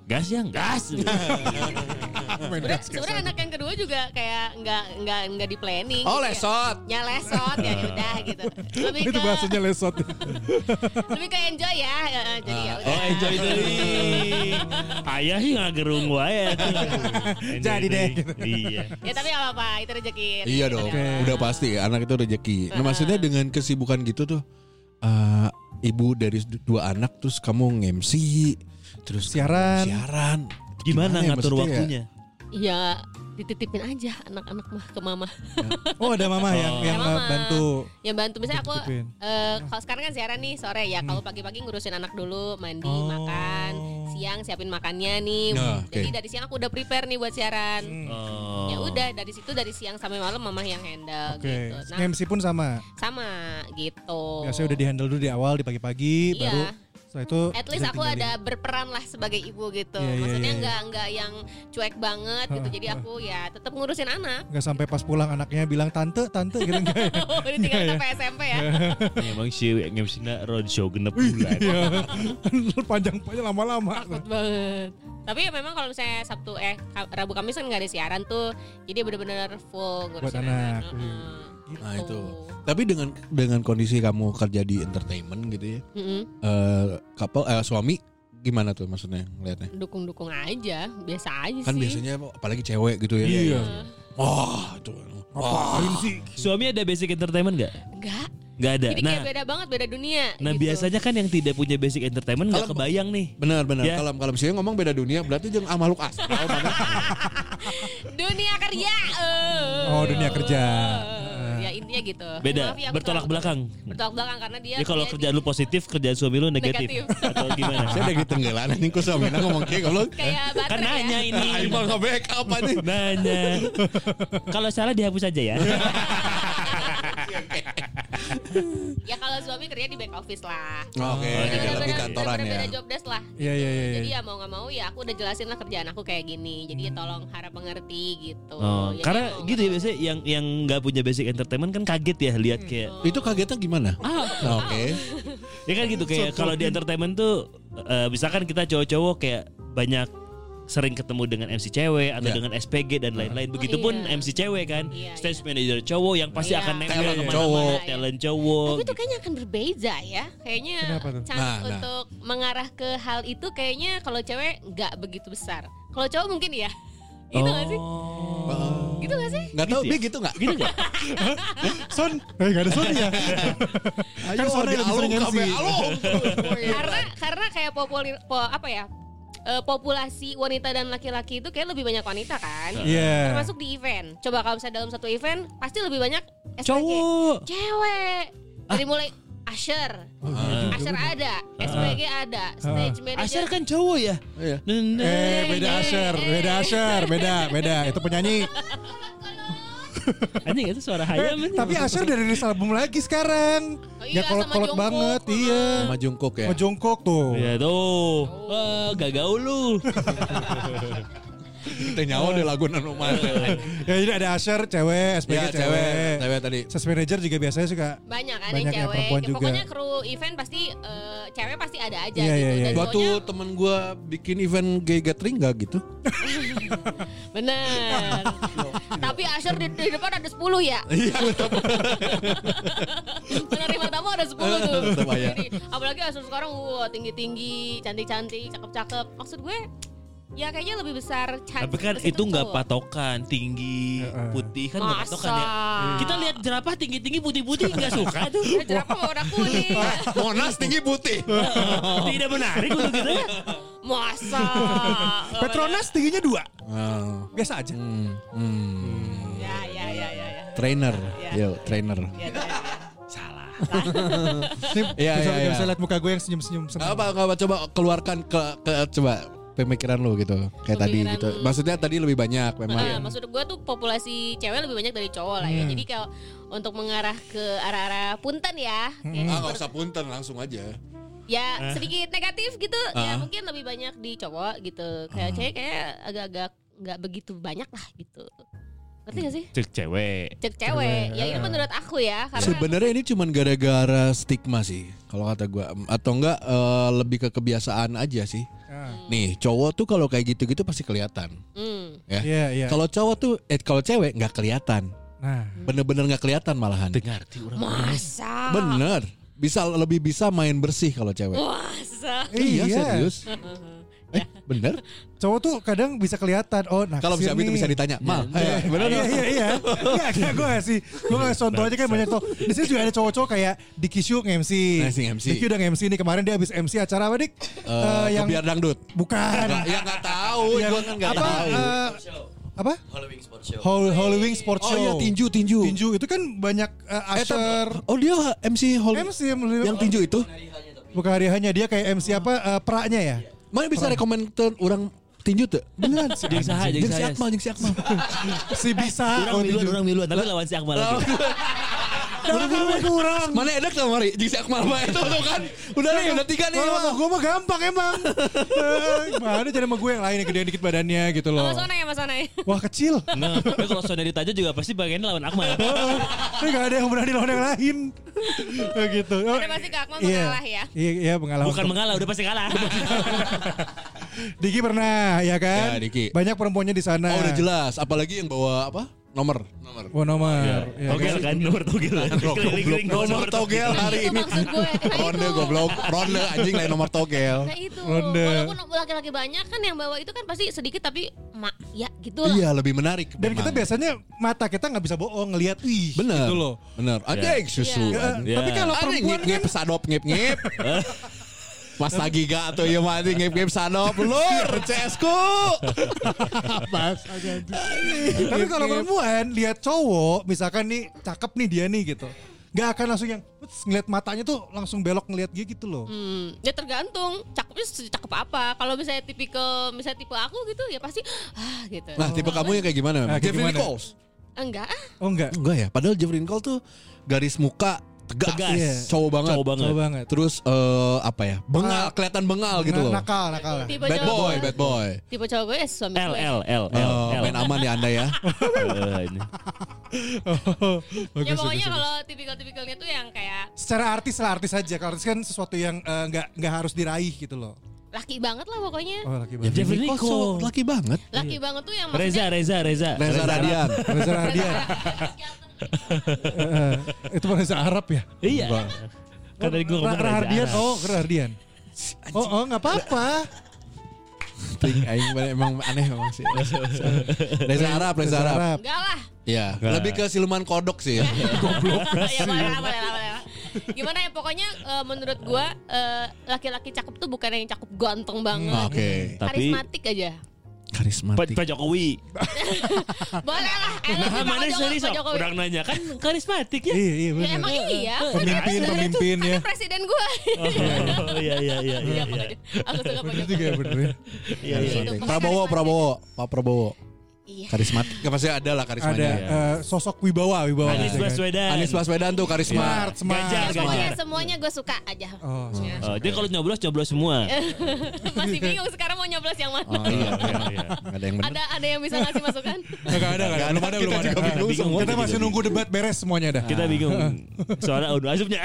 Speaker 5: Gas ya, <laughs> gas.
Speaker 8: Udah, sebenarnya anak yang kedua juga kayak nggak nggak nggak di planning.
Speaker 3: oh
Speaker 8: gitu ya.
Speaker 3: lesot.
Speaker 8: Ya lesot ya udah
Speaker 3: <laughs>
Speaker 8: gitu. Lebih
Speaker 7: Itu
Speaker 8: ke
Speaker 7: bahasanya lesot.
Speaker 8: <laughs> lebih ke enjoy ya. eh, eh, jadi
Speaker 3: Ah.
Speaker 8: ya udah.
Speaker 5: Oh, enjoy doing. Ayah sih ngagerung wae. Enjoy
Speaker 7: <laughs> Jadi deh. gitu.
Speaker 5: doing. Iya.
Speaker 8: Ya tapi nggak apa-apa, itu rezeki.
Speaker 3: Iya
Speaker 8: rezeki
Speaker 3: dong.
Speaker 8: dari Allah.
Speaker 3: Udah pasti anak itu rezeki. Nah maksudnya dengan kesibukan gitu tuh. eh, ibu dari d- dua anak terus kamu nge-MC. Terus
Speaker 7: Siaran.
Speaker 3: Siaran.
Speaker 5: Gimana
Speaker 3: ya
Speaker 5: ngatur
Speaker 3: maksudnya ya?
Speaker 5: waktunya?
Speaker 8: Iya, dititipin aja anak-anak mah ke mama.
Speaker 7: Oh ada mama yang yang
Speaker 8: Ada mama.
Speaker 7: eh, bantu.
Speaker 8: Ya bantu misalnya aku
Speaker 7: Titipin.
Speaker 8: eh, kalau sekarang kan siaran nih sore ya. Kalau pagi-pagi ngurusin anak dulu, mandi,
Speaker 7: Hmm. Oh.
Speaker 8: makan, siang siapin makannya nih.
Speaker 3: Nah,
Speaker 8: Jadi
Speaker 3: oke.
Speaker 8: dari siang aku udah prepare nih buat siaran.
Speaker 7: Hmm,
Speaker 5: Oh.
Speaker 8: Ya udah dari situ dari siang sampai malam mama yang handle
Speaker 7: Oke.
Speaker 8: gitu. Nah,
Speaker 7: MC pun sama.
Speaker 8: sama gitu.
Speaker 7: Biasanya Ya, udah dihandle dulu di awal di pagi-pagi
Speaker 8: Iya.
Speaker 7: baru setelah itu
Speaker 8: At least
Speaker 7: bisa
Speaker 8: aku
Speaker 7: ditinggalin.
Speaker 8: ada berperan lah sebagai ibu gitu.
Speaker 7: Iya, iya,
Speaker 8: Maksudnya
Speaker 7: iya,
Speaker 8: nggak nggak yang cuek banget gitu. Jadi aku ya tetap ngurusin anak.
Speaker 7: nggak sampai pas pulang anaknya bilang tante tante gitu <laughs> enggak ya.
Speaker 8: <laughs> Udah tinggal sampai SMP ya.
Speaker 5: Iya, Emang sih ngemsina roadshow genep bulan.
Speaker 7: iya. Panjang-panjang lama-lama.
Speaker 8: Takut banget. Tapi ya memang kalau misalnya Sabtu eh Ka- Rabu Kamis kan nggak ada siaran tuh. Jadi bener-bener full
Speaker 7: Buat
Speaker 8: ngurusin
Speaker 7: anak.
Speaker 8: Heeh.
Speaker 3: Nah
Speaker 8: Gitu.
Speaker 3: itu. Tapi dengan dengan kondisi kamu kerja di entertainment gitu ya.
Speaker 8: Mm-mm.
Speaker 3: Eh kapal eh, suami gimana tuh maksudnya ngelihatnya?
Speaker 8: Dukung-dukung aja, biasa aja
Speaker 3: Kan
Speaker 8: sih.
Speaker 3: biasanya apalagi cewek gitu ya. Iya. Wah, itu. Wah.
Speaker 5: Suami ada basic entertainment nggak?
Speaker 8: Enggak.
Speaker 5: Nggak ada.
Speaker 8: Jadi
Speaker 5: Nah,
Speaker 8: kayak beda banget, beda dunia.
Speaker 5: nah
Speaker 8: gitu.
Speaker 5: biasanya kan yang tidak punya basic entertainment nggak
Speaker 3: Kalau-
Speaker 5: kebayang nih.
Speaker 3: Benar benar.
Speaker 5: Ya.
Speaker 3: Kalau kalau misalnya ngomong beda dunia berarti jangan ah, makhluk astral mana?
Speaker 8: dunia kerja. eh.
Speaker 7: Oh, dunia kerja.
Speaker 8: Eh, Ya intinya gitu.
Speaker 5: Beda,
Speaker 8: Maaf ya, aku
Speaker 5: bertolak
Speaker 8: terlalu-
Speaker 5: belakang.
Speaker 8: Bertolak belakang karena dia.
Speaker 5: Ya kalau
Speaker 8: dia-
Speaker 5: kerjaan lu positif, kerjaan suami lu negatif,
Speaker 8: Iya, Negatif.
Speaker 5: atau gimana?
Speaker 3: Saya udah gitu, ditenggelan anjing ku suami nah, ngomong kayak kalau
Speaker 8: kayak
Speaker 5: kan
Speaker 8: baterai ya.
Speaker 5: nanya ini.
Speaker 3: Ayo mau nge-back up anjing.
Speaker 5: Nanya. Kalau salah dihapus aja ya.
Speaker 8: Ya kalau suami kerja di back office lah.
Speaker 3: Oke,
Speaker 5: Oh,
Speaker 3: di
Speaker 5: di
Speaker 3: dalam di
Speaker 8: Bener-bener-
Speaker 3: Iya, kantoran ya.
Speaker 8: bener-bener job desk lah.
Speaker 7: Iya iya iya.
Speaker 8: Jadi
Speaker 7: iya.
Speaker 8: ya mau nggak mau ya aku udah jelasin lah kerjaan aku kayak gini. Jadi ya tolong harap mengerti gitu.
Speaker 5: Oh,
Speaker 8: Ya,
Speaker 5: karena
Speaker 8: dia mau
Speaker 5: gitu
Speaker 8: nggak
Speaker 5: ya biasanya yang yang nggak punya basic entertainment kan kaget ya lihat kayak
Speaker 3: Itu kagetnya gimana? Ah, oke.
Speaker 8: Hmm.
Speaker 5: ya kan gitu kayak kalau di entertainment tuh eh, misalkan kita cowok-cowok kayak banyak sering ketemu dengan MC cewek atau
Speaker 3: Iya.
Speaker 5: dengan SPG dan lain-lain. Begitupun
Speaker 8: iya.
Speaker 5: MC cewek kan,
Speaker 8: Iya,
Speaker 5: stage manager cowok yang pasti
Speaker 8: Iya.
Speaker 5: akan nempel
Speaker 3: Talent
Speaker 5: kemana-mana, ya.
Speaker 3: cowok.
Speaker 5: talent cowok. gitu.
Speaker 8: Tapi itu kayaknya akan berbeza ya. Kayaknya
Speaker 7: Kenapa tuh?
Speaker 8: chance
Speaker 3: Nah, nah.
Speaker 8: untuk mengarah ke hal itu kayaknya kalau cewek nggak begitu besar. Kalau cowok mungkin ya. <laughs> Gitu nggak
Speaker 5: Oh.
Speaker 8: sih? Gitu nggak sih?
Speaker 3: Enggak tahu
Speaker 5: Gitu ya?
Speaker 3: Bi Ah. gitu enggak?
Speaker 5: Gitu
Speaker 8: <laughs>
Speaker 5: nggak?
Speaker 7: Son, eh enggak ada Son ya.
Speaker 3: Ayo
Speaker 7: suami
Speaker 3: ada
Speaker 7: lebih
Speaker 3: alung
Speaker 7: sering
Speaker 3: kabe
Speaker 7: MC.
Speaker 3: alung.
Speaker 8: karena karena kayak populir po, apa ya? eh, populasi wanita dan laki-laki itu kayak lebih banyak wanita kan?
Speaker 7: Iya.
Speaker 8: Termasuk di event. Coba kalau misalnya dalam satu event pasti lebih banyak SPG.
Speaker 5: Cowok.
Speaker 7: Ah. Hmm.
Speaker 5: Ah.
Speaker 8: Cewek. Dari mulai Asher. Asher ada, SPG reggae ada,
Speaker 7: Ah.
Speaker 8: stage manager.
Speaker 5: Asher kan cowok ya?
Speaker 3: <laughs> Iya.
Speaker 7: Eh beda Asher, beda
Speaker 8: eh.
Speaker 7: Asher, beda, beda. Itu penyanyi.
Speaker 5: Anjing itu suara hayam anjing.
Speaker 7: Eh, Tapi Asher dari rilis album lagi sekarang.
Speaker 8: Iya, Oh
Speaker 7: ya
Speaker 8: iya,
Speaker 7: kolot-kolot
Speaker 8: sama Jungkook.
Speaker 7: banget, iya.
Speaker 3: Sama Jungkook ya.
Speaker 7: Mau jongkok tuh.
Speaker 3: Iya.
Speaker 5: Ya tuh. Eh, gak gaul lu.
Speaker 3: Kita nyawa deh lagu nanu mana.
Speaker 7: Ya jadi ada Asher cewek, SPG
Speaker 3: Ya
Speaker 7: cewek.
Speaker 3: cewek, cewek tadi.
Speaker 7: Sales manager juga biasanya suka
Speaker 8: Banyak kan
Speaker 7: Banyak
Speaker 8: yang
Speaker 7: yang
Speaker 8: cewek.
Speaker 7: perempuan
Speaker 8: Ya,
Speaker 7: juga.
Speaker 8: Pokoknya kru event pasti eh, cewek pasti ada aja
Speaker 7: Iya,
Speaker 8: gitu.
Speaker 7: iya, iya.
Speaker 8: Dan
Speaker 3: Waktu
Speaker 8: cowoknya-
Speaker 5: <laughs>
Speaker 3: temen gue bikin event gay gathering gak gitu?
Speaker 8: Bener. Tapi Asher di, di depan ada 10 ya.
Speaker 3: Iya betul.
Speaker 8: <laughs> Penerima tamu ada
Speaker 7: Eh,
Speaker 8: 10 tuh.
Speaker 3: Tetep aja.
Speaker 8: Jadi, apalagi Asher sekarang wah tinggi-tinggi, cantik-cantik, cakep-cakep. Maksud gue ya kayaknya lebih besar chance
Speaker 5: Tapi kan
Speaker 8: ke situ
Speaker 5: itu nggak
Speaker 8: tuh.
Speaker 5: patokan tinggi putih kan nggak
Speaker 8: Masa.
Speaker 5: patokan ya. Kita lihat jerapah tinggi-tinggi putih-putih nggak suka tuh.
Speaker 8: <laughs> Ya, jerapah warna kuning.
Speaker 3: <laughs> Monas tinggi <laughs> putih.
Speaker 5: Oh. Tidak menarik untuk gitu ya.
Speaker 3: <laughs>
Speaker 8: Masa.
Speaker 7: Petronas tingginya dua.
Speaker 3: Wow.
Speaker 7: Biasa aja.
Speaker 3: Hmm, hmm.
Speaker 8: Ya, ya, ya, ya, ya.
Speaker 3: Trainer,
Speaker 8: Ya.
Speaker 3: yo trainer.
Speaker 8: Ya, ya, ya.
Speaker 7: Nih,
Speaker 3: Iya,
Speaker 7: bisa,
Speaker 3: iya,
Speaker 7: nggak
Speaker 3: iya.
Speaker 7: bisa lihat muka gue yang senyum-senyum
Speaker 3: Gak
Speaker 7: senang.
Speaker 3: apa, gak apa, coba keluarkan ke, ke coba pemikiran lu gitu kayak tadi
Speaker 8: Pemikiran
Speaker 3: gitu.
Speaker 8: lu.
Speaker 3: Maksudnya tadi lebih banyak memang.
Speaker 8: Ah, maksud gue tuh populasi cewek lebih banyak dari cowok lah ya.
Speaker 3: Hmm.
Speaker 8: Jadi kalau untuk mengarah ke arah-arah punten ya, kayak
Speaker 3: Ah, gak usah punten langsung aja. Eh.
Speaker 8: ya sedikit negatif gitu
Speaker 3: Ah.
Speaker 8: ya mungkin lebih banyak di cowok gitu kayak
Speaker 3: Hmm.
Speaker 8: cewek kayak agak-agak nggak begitu banyak lah gitu
Speaker 3: Hmm.
Speaker 8: ngerti gak sih
Speaker 5: Cek cewek.
Speaker 8: cek cewek ya
Speaker 3: Ah.
Speaker 8: itu menurut aku ya karena
Speaker 3: Sebenarnya ini cuman gara-gara stigma sih kalau kata gua Em, atau enggak eh, lebih ke kebiasaan aja sih.
Speaker 7: Ah.
Speaker 3: Nih, cowok tuh kalau kayak gitu-gitu pasti kelihatan.
Speaker 8: hmm,
Speaker 3: Ya.
Speaker 7: Iya, iya.
Speaker 3: Kalau cowok tuh eh kalau cewek nggak kelihatan.
Speaker 7: Nah,
Speaker 3: Bener-bener nggak kelihatan malahan.
Speaker 8: masa
Speaker 3: Bener. Bisa lebih bisa main bersih kalau cewek.
Speaker 8: Oh, masa
Speaker 3: Iya,
Speaker 7: iya.
Speaker 3: serius. Eh, bener.
Speaker 7: cowok tuh kadang bisa kelihatan. Oh, nah
Speaker 3: Kalau bisa itu bisa ditanya, "Mal, eh, bener
Speaker 7: Iya
Speaker 3: nggak?"
Speaker 7: iya iya. Iya kayak gue nggak sih. Gue ngasih contoh aja kayak banyak tuh. Di sini juga ada cowok-cowok kayak Diki Shu nge-MC.
Speaker 3: Nah, si MC.
Speaker 7: Diki udah nge-MC nih kemarin dia habis MC acara apa Dik? Eh,
Speaker 3: Eh, yang biar dangdut.
Speaker 7: bukan.
Speaker 3: Nggak, ya nggak <laughs> tahu,
Speaker 7: Yang
Speaker 3: gua kan nggak
Speaker 7: apa?
Speaker 3: tahu.
Speaker 7: eh, apa?
Speaker 6: Halloween Sport Show.
Speaker 7: Hall- Halloween Sports
Speaker 3: oh
Speaker 7: Show.
Speaker 3: iya tinju tinju.
Speaker 7: Tinju itu kan banyak eh,
Speaker 3: Eh, tapi-
Speaker 7: Usher.
Speaker 3: oh dia MC Hall.
Speaker 7: MC yang,
Speaker 3: yang tinju itu.
Speaker 7: bukan hari hanya dia kayak MC apa eh, pra-nya ya?
Speaker 3: Mana bisa rekomendasikan orang tinju tuh?
Speaker 7: Beneran sih.
Speaker 5: Jeng saha, jeng
Speaker 3: Jeung si
Speaker 5: saha.
Speaker 3: Akmal, jeung si Akmal.
Speaker 7: si bisa.
Speaker 5: Orang
Speaker 7: oh,
Speaker 5: miluan,
Speaker 7: tinju.
Speaker 5: orang miluan. Tapi lawan si Akmal lagi.
Speaker 7: Jangan kamu kurang.
Speaker 3: <laughs> Mana enak tuh mari, jeung si Akmal mah <laughs> itu tuh kan. Udah nih, udah tiga nih.
Speaker 7: Kalau sama gue mah gampang emang. Eh, Gimana jadi sama gue yang lain yang gedean dikit badannya gitu loh.
Speaker 8: sama Sona ya mas Sona ya
Speaker 7: Wah kecil.
Speaker 5: <laughs> Nah, tapi kalau Sony ditanya juga pasti bagiannya lawan <laughs> Akmal. Oh.
Speaker 7: Ini eh, gak ada yang berani lawan yang lain. Eh, gitu. Oh,
Speaker 8: Udah pasti Kak Akmal
Speaker 7: iya.
Speaker 8: mengalah ya.
Speaker 7: Iya, iya mengalah.
Speaker 5: Bukan mengalah, udah pasti kalah.
Speaker 7: Diki pernah ya kan?
Speaker 3: Ya, Diki.
Speaker 7: Banyak perempuannya di sana.
Speaker 3: Oh udah jelas, apalagi yang bawa apa? Nomor, nomor.
Speaker 7: Wah nomor.
Speaker 3: Iya.
Speaker 7: Ya,
Speaker 5: Togel kan, nomor togel. Keliling-keliling
Speaker 3: Nomor togel hari
Speaker 8: Itu
Speaker 3: ini.
Speaker 8: maksud
Speaker 3: <laughs>
Speaker 8: gue. Nah,
Speaker 3: Ronde
Speaker 8: itu.
Speaker 3: goblok, ronde anjing lain nomor togel.
Speaker 8: Nah itu,
Speaker 7: Ronde.
Speaker 8: walaupun laki-laki banyak kan yang bawa itu kan pasti sedikit tapi mak ya gitu lah.
Speaker 3: Iya, lebih menarik.
Speaker 7: Dan kita
Speaker 3: memang.
Speaker 7: biasanya mata kita nggak bisa bohong ngelihat wih
Speaker 3: Bener,
Speaker 7: gitu loh.
Speaker 3: bener. Anjing
Speaker 7: Eh,
Speaker 3: susu. anjing.
Speaker 7: Tapi kalau
Speaker 3: Ada
Speaker 7: perempuan
Speaker 3: ngip
Speaker 7: kan
Speaker 3: ngip sadop ngip ngip. Mas lagi gak tuh ya mati ngip ngip sadop lur CS ku.
Speaker 7: Tapi kalau perempuan lihat cowok, misalkan nih cakep nih dia nih gitu, nggak akan langsung yang "Uts," ngeliat matanya tuh langsung belok ngeliat dia gitu loh.
Speaker 5: Mm.
Speaker 8: Hmm, ya tergantung cakepnya secakep apa. Kalau misalnya tipikal, misalnya tipe aku gitu ya pasti ah gitu.
Speaker 3: Nah tipe kamu yang kayak gimana?
Speaker 7: Ah, kayak
Speaker 3: Jeffrey
Speaker 7: gimana?
Speaker 3: Nichols.
Speaker 8: Enggak ah.
Speaker 7: Oh enggak,
Speaker 3: Enggak ya. Padahal Jeffrey Nichols tuh garis muka tegas,
Speaker 5: Tegas.
Speaker 3: Iya. cowok banget.
Speaker 5: Cowok banget.
Speaker 7: cowok banget. Ah,
Speaker 3: Terus eh, apa ya? Bengal, kelihatan bengal gitu
Speaker 7: Nah,
Speaker 3: loh.
Speaker 7: Nakal, nakal.
Speaker 8: Tipe
Speaker 3: Bad
Speaker 8: cowok
Speaker 3: boy,
Speaker 8: gue-
Speaker 3: bad boy.
Speaker 8: Tipe cowok gue ya suami
Speaker 5: L,
Speaker 8: gue.
Speaker 5: L, L, L,
Speaker 3: Oh,
Speaker 5: L.
Speaker 3: main aman ya anda ya.
Speaker 5: Eh, ini.
Speaker 8: Ya pokoknya kalau tipikal-tipikalnya tuh yang kayak
Speaker 7: Secara artis lah artis aja. Kalau artis kan sesuatu yang eh, nggak nggak harus diraih gitu loh.
Speaker 8: laki banget lah pokoknya.
Speaker 7: Oh laki banget.
Speaker 5: Jeffrey Nichols. Nah,
Speaker 3: cowok laki banget.
Speaker 8: Laki banget tuh yang
Speaker 5: Reza,
Speaker 8: maksudnya
Speaker 5: Reza, Reza.
Speaker 3: iya. Reza Radian.
Speaker 7: Reza
Speaker 5: <laughs>
Speaker 7: Radian.
Speaker 3: <laughs>
Speaker 7: Eh, eh, itu bahasa Arab ya.
Speaker 5: Iya. Kan tadi gue ngomong
Speaker 7: Ra- Ra
Speaker 5: Reza.
Speaker 7: Hardian,
Speaker 5: Arab.
Speaker 7: oh Ra Hardian. Oh, oh nggak apa-apa.
Speaker 3: Ting, aing eh, emang aneh emang sih. Reza Arab, Reza Arab.
Speaker 8: enggak lah.
Speaker 3: Iya, lebih ke siluman kodok sih. ya.
Speaker 8: <laughs> ya boleh lah, boleh lah, boleh lah. Gimana ya pokoknya eh, menurut gua eh, laki-laki cakep tuh bukan yang cakep ganteng banget.
Speaker 3: Oke.
Speaker 5: Tapi
Speaker 8: Karismatik aja.
Speaker 3: karismatik.
Speaker 5: Pak Jokowi.
Speaker 8: Boleh lah. I
Speaker 5: Ah. <laughs> Nah,
Speaker 8: love you, Pak
Speaker 5: mana
Speaker 8: Joko-
Speaker 5: serius
Speaker 8: Pak
Speaker 5: sok?
Speaker 8: Jokowi.
Speaker 5: Orang nanya kan karismatik ya.
Speaker 7: Iya iya
Speaker 8: Ya
Speaker 7: benar.
Speaker 8: emang iya.
Speaker 7: Pemimpin
Speaker 8: Karena-
Speaker 7: pemimpin ya.
Speaker 8: Karena presiden gue.
Speaker 5: Oh, Iya iya iya iya.
Speaker 8: Iya, makanya. <laughs> Aku suka Pak
Speaker 7: Bener
Speaker 8: Jokowi.
Speaker 7: juga ya bener. ya.
Speaker 5: Iya iya.
Speaker 8: Itu,
Speaker 3: Karismatik.
Speaker 8: pasti
Speaker 3: Prabowo,
Speaker 8: karismatik.
Speaker 3: Prabowo, Pak Prabowo.
Speaker 8: Iya.
Speaker 3: Karismatik. Gak pasti ada lah
Speaker 7: Ada
Speaker 3: karismanya. Iya.
Speaker 7: eh, sosok wibawa wibawa.
Speaker 5: Anies
Speaker 7: gitu kan.
Speaker 5: ya. Baswedan.
Speaker 3: Anies Baswedan tuh
Speaker 7: Smart
Speaker 3: karisma.
Speaker 7: smart.
Speaker 5: Ganjar,
Speaker 8: Semuanya,
Speaker 5: Ganjar.
Speaker 8: semuanya gue suka aja.
Speaker 7: Oh,
Speaker 8: Ya.
Speaker 5: Oh, dia kalau nyoblos nyoblos semua.
Speaker 8: <laughs> Iya. Masih bingung sekarang mau nyoblos yang mana.
Speaker 3: Oh iya, Gak ada yang benar.
Speaker 8: Ada ada yang bisa ngasih masukan?
Speaker 7: Enggak ada enggak ada. Belum ada belum ada.
Speaker 3: juga bingung
Speaker 7: Kita
Speaker 5: semua.
Speaker 7: Kita masih nunggu debat beres semuanya dah.
Speaker 5: Kita bingung. Soalnya Aun Asupnya.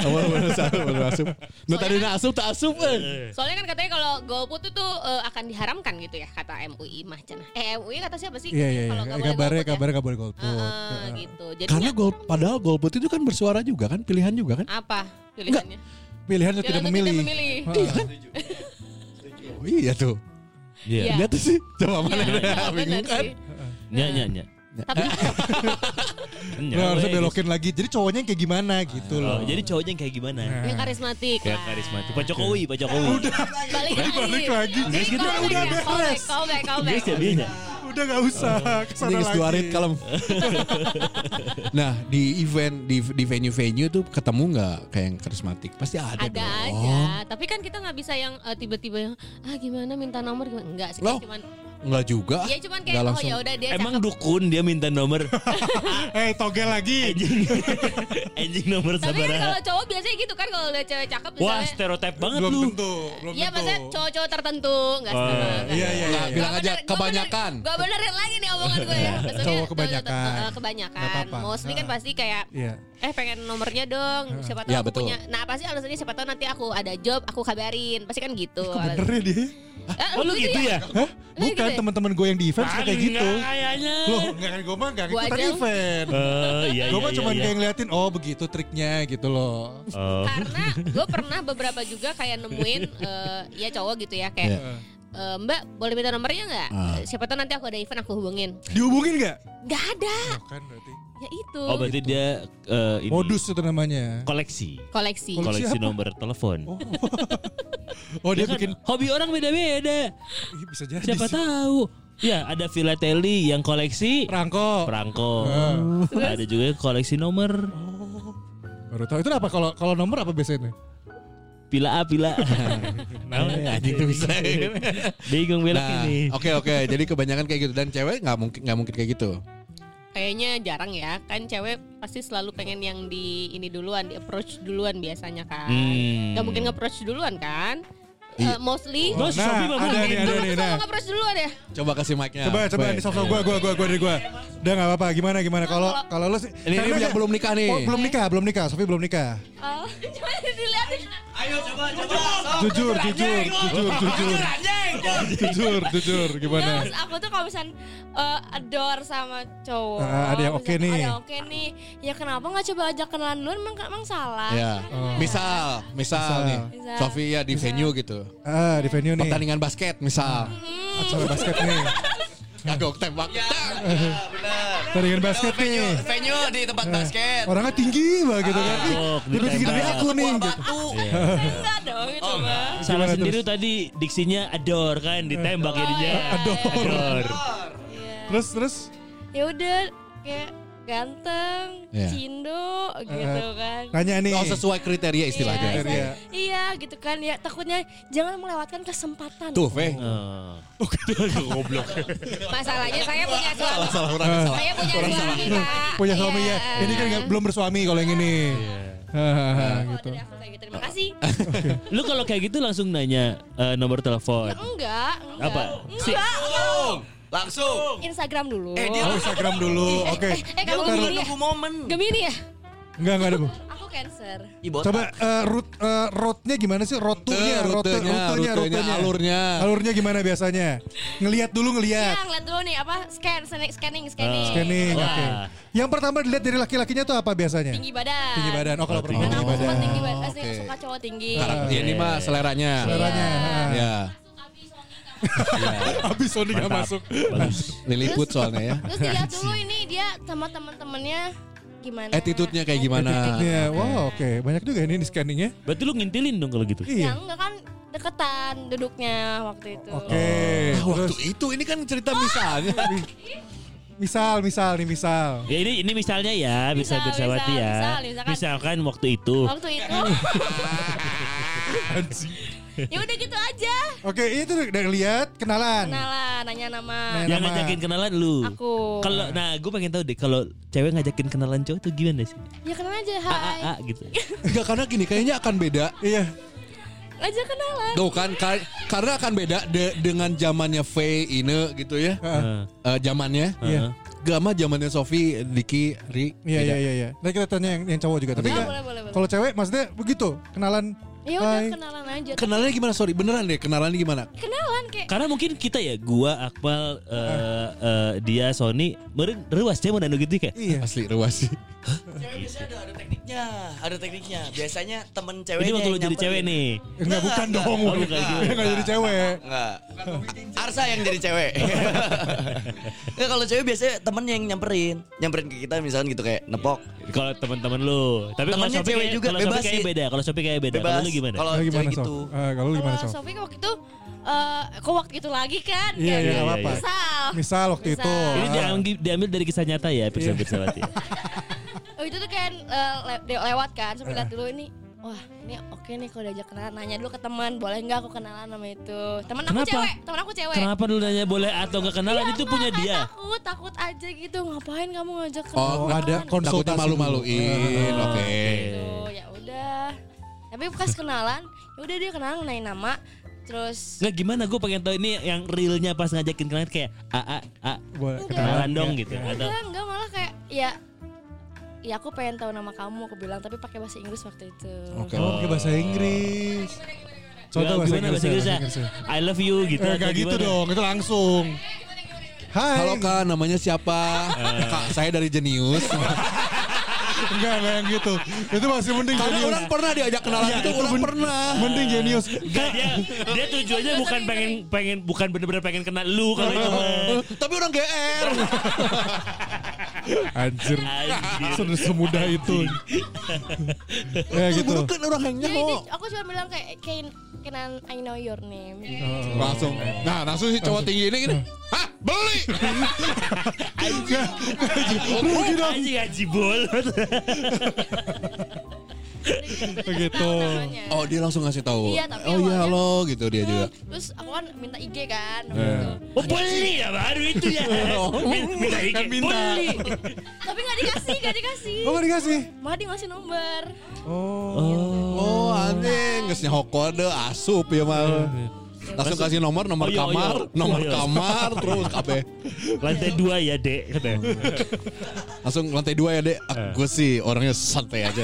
Speaker 3: Lu tadi
Speaker 8: kan
Speaker 3: nak asup tak asup eh.
Speaker 8: Soalnya kan katanya kalau golput itu tuh eh, akan diharamkan gitu ya kata MUI mah cenah. Eh MUI kata siapa sih?
Speaker 7: Iya iya iya.
Speaker 8: Kalau nggak boleh
Speaker 7: Kabarnya
Speaker 8: golput ya.
Speaker 7: kabarnya kabar golput.
Speaker 8: Heeh,
Speaker 7: Heeh.
Speaker 8: gitu. Jadi
Speaker 3: Karena gol padahal golput itu kan bersuara juga kan, pilihan juga kan?
Speaker 8: apa pilihannya?
Speaker 7: Pilihan untuk
Speaker 8: Pilihan
Speaker 7: tidak
Speaker 8: untuk
Speaker 7: memilih.
Speaker 8: Tidak memilih.
Speaker 7: Heeh.
Speaker 3: Oh, iya tuh.
Speaker 5: Iya.
Speaker 8: Iya.
Speaker 3: Lihat tuh sih. Coba mana
Speaker 8: Iya, <laughs>
Speaker 3: dah,
Speaker 8: benar
Speaker 3: bingung kan?
Speaker 8: sih.
Speaker 5: Nya nya nya.
Speaker 8: Tapi
Speaker 5: Nya,
Speaker 7: Lu harusnya
Speaker 5: Ya. weh.
Speaker 7: belokin lagi. Jadi cowoknya yang kayak gimana gitu
Speaker 5: Oh,
Speaker 7: loh.
Speaker 5: jadi cowoknya yang kayak gimana?
Speaker 7: Nah.
Speaker 8: yang karismatik. Nah,
Speaker 5: Kayak
Speaker 8: lah.
Speaker 5: karismatik. Pak Jokowi, Pak Jokowi.
Speaker 8: Balik lagi.
Speaker 7: Balik lagi.
Speaker 8: Jadi
Speaker 7: Guys, kita
Speaker 8: callback
Speaker 7: udah
Speaker 8: ya,
Speaker 7: beres.
Speaker 8: Callback, callback,
Speaker 5: Guys, ya
Speaker 8: callback.
Speaker 5: dia nya.
Speaker 7: Udah nggak usah.
Speaker 3: Ini
Speaker 7: Kesana
Speaker 3: geus dua
Speaker 7: lagi.
Speaker 3: rit kalem. nah di event di di venue-venue tuh ketemu nggak kayak yang karismatik? Pasti ada,
Speaker 8: Ada
Speaker 3: dong.
Speaker 8: aja, tapi kan kita nggak bisa yang eh, tiba-tiba yang ah gimana minta nomor gimana enggak sih
Speaker 3: Loh.
Speaker 8: cuman
Speaker 3: Nggak juga.
Speaker 8: ya cuman kayak
Speaker 3: Nggak
Speaker 8: oh
Speaker 3: langsung.
Speaker 8: ya udah dia
Speaker 5: Emang dukun dia minta
Speaker 8: <laughs>
Speaker 5: nomor
Speaker 7: Eh togel lagi.
Speaker 5: anjing. Anjing nomor
Speaker 8: Tapi kan
Speaker 5: sabaraha.
Speaker 8: kalau cowok biasanya gitu kan kalau udah cewek cakep
Speaker 5: Wah,
Speaker 8: misalnya.
Speaker 5: stereotip banget
Speaker 7: Belum
Speaker 5: lu.
Speaker 7: tentu. Belum
Speaker 8: Iya
Speaker 7: tentu.
Speaker 8: maksudnya cowok-cowok tertentu enggak semua. enggak.
Speaker 7: Iya iya iya.
Speaker 3: Bilang aja kebanyakan.
Speaker 8: Gue benerin lagi nih omongan gue ya. Maksudnya
Speaker 7: Cowok kebanyakan.
Speaker 8: cowok- eh, kebanyakan.
Speaker 7: Nggak apa-apa.
Speaker 8: Mostly kan
Speaker 7: Nah.
Speaker 8: pasti kayak
Speaker 7: Iya.
Speaker 8: eh pengen nomornya dong. Siapa tahu
Speaker 3: Iya,
Speaker 8: aku
Speaker 3: betul.
Speaker 8: punya. Nah, pasti alasannya siapa tahu nanti aku ada job, aku kabarin. Pasti kan gitu.
Speaker 7: Bener ya dia.
Speaker 8: Eh,
Speaker 5: Oh lu gitu ya?
Speaker 7: Hah? Bukan
Speaker 8: gitu ya?
Speaker 7: teman-teman gue yang di event suka kayak gitu.
Speaker 5: Enggak, kayaknya.
Speaker 7: Loh, enggak kan gue mah enggak
Speaker 8: Gua
Speaker 7: ikutan
Speaker 8: aja.
Speaker 7: event.
Speaker 5: Eh, iya,
Speaker 7: Gue
Speaker 5: iya,
Speaker 7: mah
Speaker 5: iya,
Speaker 7: cuma
Speaker 5: iya.
Speaker 7: kayak ngeliatin, oh begitu triknya gitu loh.
Speaker 5: Oh.
Speaker 8: Karena gue pernah beberapa juga kayak nemuin eh, ya cowok gitu ya kayak
Speaker 3: Iya.
Speaker 8: eh, Mbak boleh minta nomornya nggak?
Speaker 3: Ah.
Speaker 8: Eh, Siapa tahu nanti aku ada event aku hubungin.
Speaker 7: Dihubungin nggak?
Speaker 8: Nggak ada.
Speaker 7: Oh, kan berarti.
Speaker 8: Ya itu.
Speaker 5: Oh, berarti dia eh, ini
Speaker 7: Modus itu namanya.
Speaker 5: koleksi.
Speaker 8: koleksi.
Speaker 7: Koleksi
Speaker 5: Koleksi
Speaker 7: apa?
Speaker 5: nomor telepon.
Speaker 7: Oh, oh dia
Speaker 5: Ya kan,
Speaker 7: bikin
Speaker 5: hobi orang beda-beda.
Speaker 7: Ih, bisa jadi.
Speaker 5: Siapa
Speaker 7: sih.
Speaker 5: tahu. Ya, ada Filateli yang koleksi
Speaker 7: Rangko.
Speaker 5: perangko.
Speaker 7: Heeh. Ah.
Speaker 5: Ada juga koleksi nomor
Speaker 7: Baru tahu itu apa kalau kalau nomor apa biasanya?
Speaker 5: pila A, pila.
Speaker 3: Eh, anjing tuh bisa.
Speaker 5: Bingung belok
Speaker 3: Nah,
Speaker 5: ini.
Speaker 3: oke oke. Jadi kebanyakan kayak gitu dan cewek nggak mungkin nggak mungkin kayak gitu.
Speaker 8: Kayaknya jarang ya, kan cewek pasti selalu pengen yang di ini duluan, di approach duluan biasanya kan.
Speaker 5: Hmm.
Speaker 8: Gak mungkin nge-approach duluan kan?
Speaker 3: Iya.
Speaker 8: Eh, mostly.
Speaker 5: Oh, si Sobi mah
Speaker 7: Nah, ada
Speaker 5: mungkin.
Speaker 7: nih, ada nih. Nah,
Speaker 8: Selalu nge-approach duluan ya?
Speaker 3: Coba kasih mic-nya.
Speaker 7: coba coba
Speaker 3: Boy.
Speaker 7: di sosok gua gua gua gua dari
Speaker 8: Iya,
Speaker 7: gua. Udah nggak apa-apa. Gimana gimana kalau kalau lu sih
Speaker 3: Ini, ini
Speaker 7: karena
Speaker 3: yang
Speaker 7: kayak-
Speaker 3: belum nikah nih.
Speaker 7: Oh, belum nikah, belum nikah. Sofi belum nikah.
Speaker 8: Oh, <laughs> cuma dilihatin.
Speaker 7: Jujur, jujur, jujur, jujur. Jujur, jujur. Gimana?
Speaker 8: Terus aku tuh kalau misalnya eh, adore sama cowok.
Speaker 7: Ah, ada yang oke
Speaker 8: misalnya,
Speaker 7: nih.
Speaker 8: Ada yang oke nih. Ya kenapa gak coba ajak kenalan duluan, emang, emang salah.
Speaker 3: Ya.
Speaker 7: Oh.
Speaker 3: Misal, misal,
Speaker 7: Misal.
Speaker 3: nih.
Speaker 8: Ah. Misal.
Speaker 3: Sofia di venue gitu.
Speaker 7: Ah, di venue nih.
Speaker 3: Pertandingan basket misal.
Speaker 8: Hmm.
Speaker 7: Acara basket nih.
Speaker 3: Kagok tembak. Tang.
Speaker 7: Pertandingan basket nih. Nah,
Speaker 6: Venue di tempat basket. Ah.
Speaker 7: Orangnya tinggi banget gitu kan. Ih,
Speaker 5: Kagok,
Speaker 7: Lebih tinggi dari
Speaker 5: ditembak.
Speaker 7: aku nih. gitu.
Speaker 6: Batu.
Speaker 8: Enggak Kan dong,
Speaker 7: <laughs> Oh,
Speaker 8: itu mah.
Speaker 5: Salah
Speaker 7: Gimana
Speaker 5: sendiri tadi diksinya ador kan ditembak jadinya.
Speaker 7: Ador.
Speaker 5: Ador.
Speaker 8: Iya.
Speaker 7: Terus terus
Speaker 8: ya udah kayak ganteng,
Speaker 7: Ya.
Speaker 3: Iya.
Speaker 8: cindo
Speaker 7: Ah,
Speaker 8: gitu kan.
Speaker 7: nanya nih. ya.
Speaker 3: Oh sesuai kriteria
Speaker 8: Iya,
Speaker 3: istilahnya.
Speaker 7: Kriteria.
Speaker 8: saya- Iya, gitu kan ya takutnya jangan melewatkan kesempatan.
Speaker 3: Tuh, Fe.
Speaker 5: Oh.
Speaker 8: Masalahnya saya punya suami.
Speaker 3: Salah orang salah.
Speaker 8: Saya punya suami, Pak.
Speaker 7: Punya suami ya.
Speaker 8: Iya.
Speaker 7: Ini kan nggak- belum bersuami kalau yang ini.
Speaker 3: Iya.
Speaker 7: Hahaha,
Speaker 8: Oh,
Speaker 7: gitu.
Speaker 8: dari aku kayak gitu. Terima kasih.
Speaker 5: Lu kalau kayak gitu langsung nanya eh, nomor telepon.
Speaker 8: Enggak, enggak.
Speaker 5: Apa? Si-
Speaker 8: Enggak.
Speaker 6: Langsung.
Speaker 8: Instagram dulu.
Speaker 6: Eh, dia-
Speaker 7: Oh, Instagram dulu. Oke.
Speaker 8: eh, kamu
Speaker 7: Ntar-
Speaker 8: Gemini ya?
Speaker 6: Nunggu momen.
Speaker 8: Gemini ya?
Speaker 7: Enggak enggak ada, Bu.
Speaker 8: Aku cancer.
Speaker 6: Ih, botak.
Speaker 7: Coba eh, route eh, roadnya gimana sih? Rotunya, route,
Speaker 3: rutenya,
Speaker 7: rutenya,
Speaker 3: rutenya,
Speaker 7: rutenya.
Speaker 3: alurnya.
Speaker 7: Alurnya gimana biasanya? Ngelihat dulu ngelihat.
Speaker 8: Ya, ngeliat dulu nih apa scan scanning scanning scanning.
Speaker 7: Scanning, oke.
Speaker 5: Wah.
Speaker 7: Yang pertama dilihat dari laki-lakinya tuh apa biasanya?
Speaker 8: Tinggi badan.
Speaker 7: Tinggi badan. Oh, kalau perempuan
Speaker 8: Karena
Speaker 7: tinggi
Speaker 8: aku suka
Speaker 7: badan.
Speaker 8: tinggi badan. Pasti
Speaker 3: oke.
Speaker 8: suka cowok tinggi.
Speaker 3: Karakter
Speaker 7: Iya,
Speaker 3: ini mah seleranya.
Speaker 7: Caranya. ha.
Speaker 3: Ya.
Speaker 7: Abis Sony nggak
Speaker 5: Mantap.
Speaker 7: masuk.
Speaker 5: Bagus.
Speaker 3: Lilliput soalnya ya.
Speaker 8: Terus dilihat dulu ini dia sama teman-temannya gimana.
Speaker 3: Attitude-nya kayak gimana?
Speaker 7: Ya, wow, oke. Iya, Banyak juga ini di scanningnya.
Speaker 5: Berarti lu ngintilin dong kalau gitu.
Speaker 8: Ya
Speaker 7: Iya.
Speaker 8: enggak kan deketan duduknya waktu itu.
Speaker 7: Oke.
Speaker 3: Nah,
Speaker 7: Iya. Terus
Speaker 3: waktu itu ini kan cerita
Speaker 7: <laughs>
Speaker 3: misalnya.
Speaker 7: misal misal nih misal.
Speaker 5: Ya ini ini misalnya ya, bisa
Speaker 8: Misal,
Speaker 5: Bersawati
Speaker 8: misal,
Speaker 5: ya.
Speaker 8: misal, misalkan.
Speaker 5: misalkan waktu itu.
Speaker 8: Waktu itu. <laughs> ya udah gitu aja.
Speaker 7: Oke, itu udah lihat kenalan.
Speaker 8: Kenalan, nanya nama
Speaker 7: Nanya.
Speaker 5: Yang
Speaker 7: Nama.
Speaker 5: ngajakin kenalan lu.
Speaker 8: aku.
Speaker 5: Kalau nah gue pengen tahu deh kalau cewek ngajakin kenalan cowok tuh gimana sih?
Speaker 8: Ya kenalan aja,
Speaker 5: A a
Speaker 8: hai.
Speaker 5: a gitu.
Speaker 3: Enggak karena gini kayaknya akan beda.
Speaker 7: Iya.
Speaker 8: Aja kenalan.
Speaker 3: Tuh kan kar- karena akan beda de- dengan zamannya V Ine gitu ya.
Speaker 5: Heeh.
Speaker 3: Eh, zamannya.
Speaker 7: Iya.
Speaker 3: Gak sama zamannya Sofi, Diki, Ri.
Speaker 7: Iya
Speaker 3: beda.
Speaker 7: iya iya. iya. Nah kita tanya yang, yang cowok juga. Tapi
Speaker 8: Ah,
Speaker 7: ya,
Speaker 8: boleh, boleh, boleh.
Speaker 7: kalau cewek maksudnya begitu kenalan.
Speaker 8: Ya udah
Speaker 7: hai.
Speaker 8: kenalan aja.
Speaker 3: Kenalannya gimana? Sorry, beneran deh kenalannya gimana?
Speaker 8: Kenalan kayak
Speaker 5: Karena mungkin kita ya, gua, Akmal, eh, eh, dia, Sony, meren ruas dia mau nanu gitu kayak.
Speaker 7: Iya.
Speaker 3: Asli ruas sih.
Speaker 6: Biasanya ada, ada tekniknya, ada tekniknya. Biasanya temen ceweknya.
Speaker 5: Ini waktu lu
Speaker 6: yang gitu."
Speaker 5: jadi
Speaker 6: nyamperin.
Speaker 5: cewek nih.
Speaker 7: Enggak bukan
Speaker 6: enggak.
Speaker 7: dong.
Speaker 5: Oh, bukan
Speaker 7: Dia
Speaker 5: gitu.
Speaker 7: enggak
Speaker 6: Iya.
Speaker 7: jadi cewek.
Speaker 6: Enggak. Arsa yang jadi
Speaker 7: <laughs>
Speaker 6: cewek. Enggak kalau cewek biasanya temen yang nyamperin, nyamperin ke kita misalkan gitu kayak nepok.
Speaker 5: Kalau teman-teman lu, tapi kalau
Speaker 6: Temennya
Speaker 5: Sophie
Speaker 6: cewek
Speaker 5: kayak,
Speaker 6: juga,
Speaker 5: kalau Sophie
Speaker 6: bebas
Speaker 5: kayak
Speaker 6: sih.
Speaker 5: beda, kalau Sophie kayak beda. Kalau
Speaker 6: Bebas.
Speaker 5: lu gimana?
Speaker 6: Kalau
Speaker 7: Lu gimana
Speaker 6: cewek
Speaker 7: Sof?
Speaker 6: gitu.
Speaker 7: Eh, kalau lu gimana
Speaker 8: Kalau
Speaker 7: Sof?
Speaker 8: Sofi waktu itu eh kok waktu itu lagi kan?
Speaker 7: Iya,
Speaker 8: Kayak
Speaker 7: iya,
Speaker 8: gitu.
Speaker 7: nggak apa-apa.
Speaker 8: Misal.
Speaker 7: Misal waktu
Speaker 8: Misal.
Speaker 7: itu.
Speaker 5: Ini
Speaker 7: ah,
Speaker 5: diambil, diambil dari kisah nyata ya, Pirsa
Speaker 6: Iya.
Speaker 5: Pirsawati.
Speaker 8: Oh itu tuh kan eh, le- de- lewat kan,
Speaker 7: Iya.
Speaker 8: sampai lihat dulu ini. Wah ini oke nih kalau diajak kenalan nanya dulu ke teman boleh nggak aku kenalan sama itu teman aku
Speaker 5: Kenapa?
Speaker 8: cewek teman aku cewek
Speaker 5: Kenapa lu nanya boleh atau gak kenalan
Speaker 8: Iya,
Speaker 5: itu
Speaker 8: aku
Speaker 5: punya
Speaker 8: nggak
Speaker 5: dia.
Speaker 8: takut takut aja gitu ngapain kamu ngajak kenalan
Speaker 3: Oh,
Speaker 7: ada
Speaker 3: Takutnya
Speaker 7: konsultasi.
Speaker 3: malu-maluin,
Speaker 5: dulu.
Speaker 3: Eh, oke.
Speaker 8: gitu ya udah tapi pas kenalan ya udah dia kenalan nanya nama terus
Speaker 5: Nggak gimana gue pengen tahu ini yang realnya pas ngajakin kenalan kayak a a a
Speaker 7: Boleh,
Speaker 8: Enggak.
Speaker 5: kenalan dong
Speaker 7: ya.
Speaker 5: gitu.
Speaker 6: Iya.
Speaker 5: Atau
Speaker 8: enggak enggak malah kayak ya ya aku pengen tahu nama kamu aku bilang tapi pakai bahasa Inggris waktu itu
Speaker 3: Oke.
Speaker 7: Oh, pakai bahasa Inggris. Contoh bahasa
Speaker 5: gimana
Speaker 7: Inggris. ya.
Speaker 5: bahasa
Speaker 6: ya,
Speaker 5: ya? Inggrisnya? I love you gitu.
Speaker 7: Eh,
Speaker 5: atau
Speaker 7: enggak gitu
Speaker 5: gimana?
Speaker 7: dong, itu langsung. Hai.
Speaker 3: Halo Kak, namanya siapa? Kak, saya dari <laughs> Jenius.
Speaker 7: Enggak, enggak yang gitu. Itu masih mending
Speaker 3: Karena
Speaker 7: jenius.
Speaker 3: orang pernah diajak kenalan
Speaker 7: Iya,
Speaker 3: itu,
Speaker 7: itu
Speaker 3: orang
Speaker 7: men-
Speaker 3: pernah.
Speaker 7: Mending ya, jenius.
Speaker 5: Enggak, dia, dia tujuannya bukan pengen pengen bukan bener-bener pengen kenal lu kalau itu mah.
Speaker 3: Tapi orang GR.
Speaker 7: Anjir.
Speaker 5: Anjir.
Speaker 7: Sudah semudah itu. ya gitu.
Speaker 3: Gitu. kan orang yang
Speaker 8: ya itu
Speaker 3: nyaho.
Speaker 8: aku cuma bilang kayak kayak can I know your name gitu.
Speaker 3: Langsung. Nah, langsung si cowok tinggi ini
Speaker 8: Hmm.
Speaker 3: gini. Hah,
Speaker 8: <laughs>
Speaker 3: beli.
Speaker 7: Rugi dong.
Speaker 5: Anjing gaji bol.
Speaker 7: Begitu.
Speaker 8: Tahu namanya.
Speaker 3: Oh, dia langsung ngasih tahu.
Speaker 8: Iya, tapi
Speaker 3: oh iya
Speaker 8: awalnya-
Speaker 3: lo gitu dia juga. Iya.
Speaker 8: Terus aku kan minta IG kan.
Speaker 5: Oh beli ya baru itu ya. Min- Minta
Speaker 7: Kan
Speaker 5: ikan
Speaker 7: minta.
Speaker 5: beli.
Speaker 8: Tapi gak dikasih, gak dikasih.
Speaker 7: Oh, enggak dikasih.
Speaker 8: Malah dia ngasih nomor.
Speaker 7: Oh.
Speaker 3: Oh, anjing, geus nyaho kode asup ya mal.
Speaker 8: Iya.
Speaker 3: Langsung kasih nomor, nomor
Speaker 8: Oh,
Speaker 5: Oyo, oyo.
Speaker 3: kamar, nomor
Speaker 5: Oyo.
Speaker 3: kamar, terus kabeh.
Speaker 5: Lantai dua ya dek. kata.
Speaker 3: Langsung lantai dua ya, Dek.
Speaker 7: Eh.
Speaker 3: Aku sih orangnya santai
Speaker 7: <laughs>
Speaker 3: aja.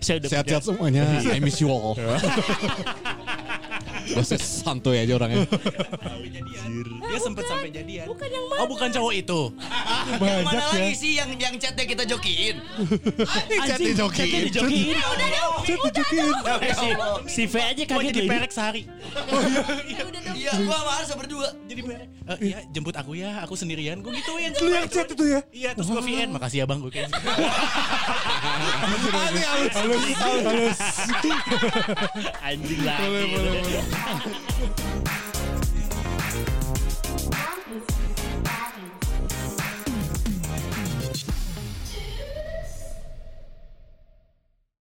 Speaker 5: Saya udah
Speaker 3: Sehat-sehat semuanya.
Speaker 7: Iya.
Speaker 3: I miss you all. Masih santuy aja
Speaker 7: <laughs>
Speaker 3: orangnya.
Speaker 6: Dia sempet sampai jadian.
Speaker 8: Bukan yang mana.
Speaker 6: Oh bukan cowok itu.
Speaker 7: Banyak
Speaker 6: Mana
Speaker 7: ya.
Speaker 6: lagi sih yang yang chatnya kita
Speaker 7: <laughs>
Speaker 6: jokiin?
Speaker 3: Chat dijokiin.
Speaker 5: dijokiin.
Speaker 7: Cet dijukin.
Speaker 6: ya
Speaker 5: Eh, si, si V aja kaget
Speaker 4: jadi
Speaker 5: loh.
Speaker 4: perek sehari.
Speaker 6: Iya, gua sama Arsa berdua.
Speaker 4: Jadi perek. Eh, iya, jemput aku ya, aku sendirian. Gue gituin.
Speaker 7: Lu yang chat itu ya.
Speaker 4: Iya, terus gue VN. Makasih ya bang, gue kayak
Speaker 7: Halus, halus.
Speaker 5: Anjing lah.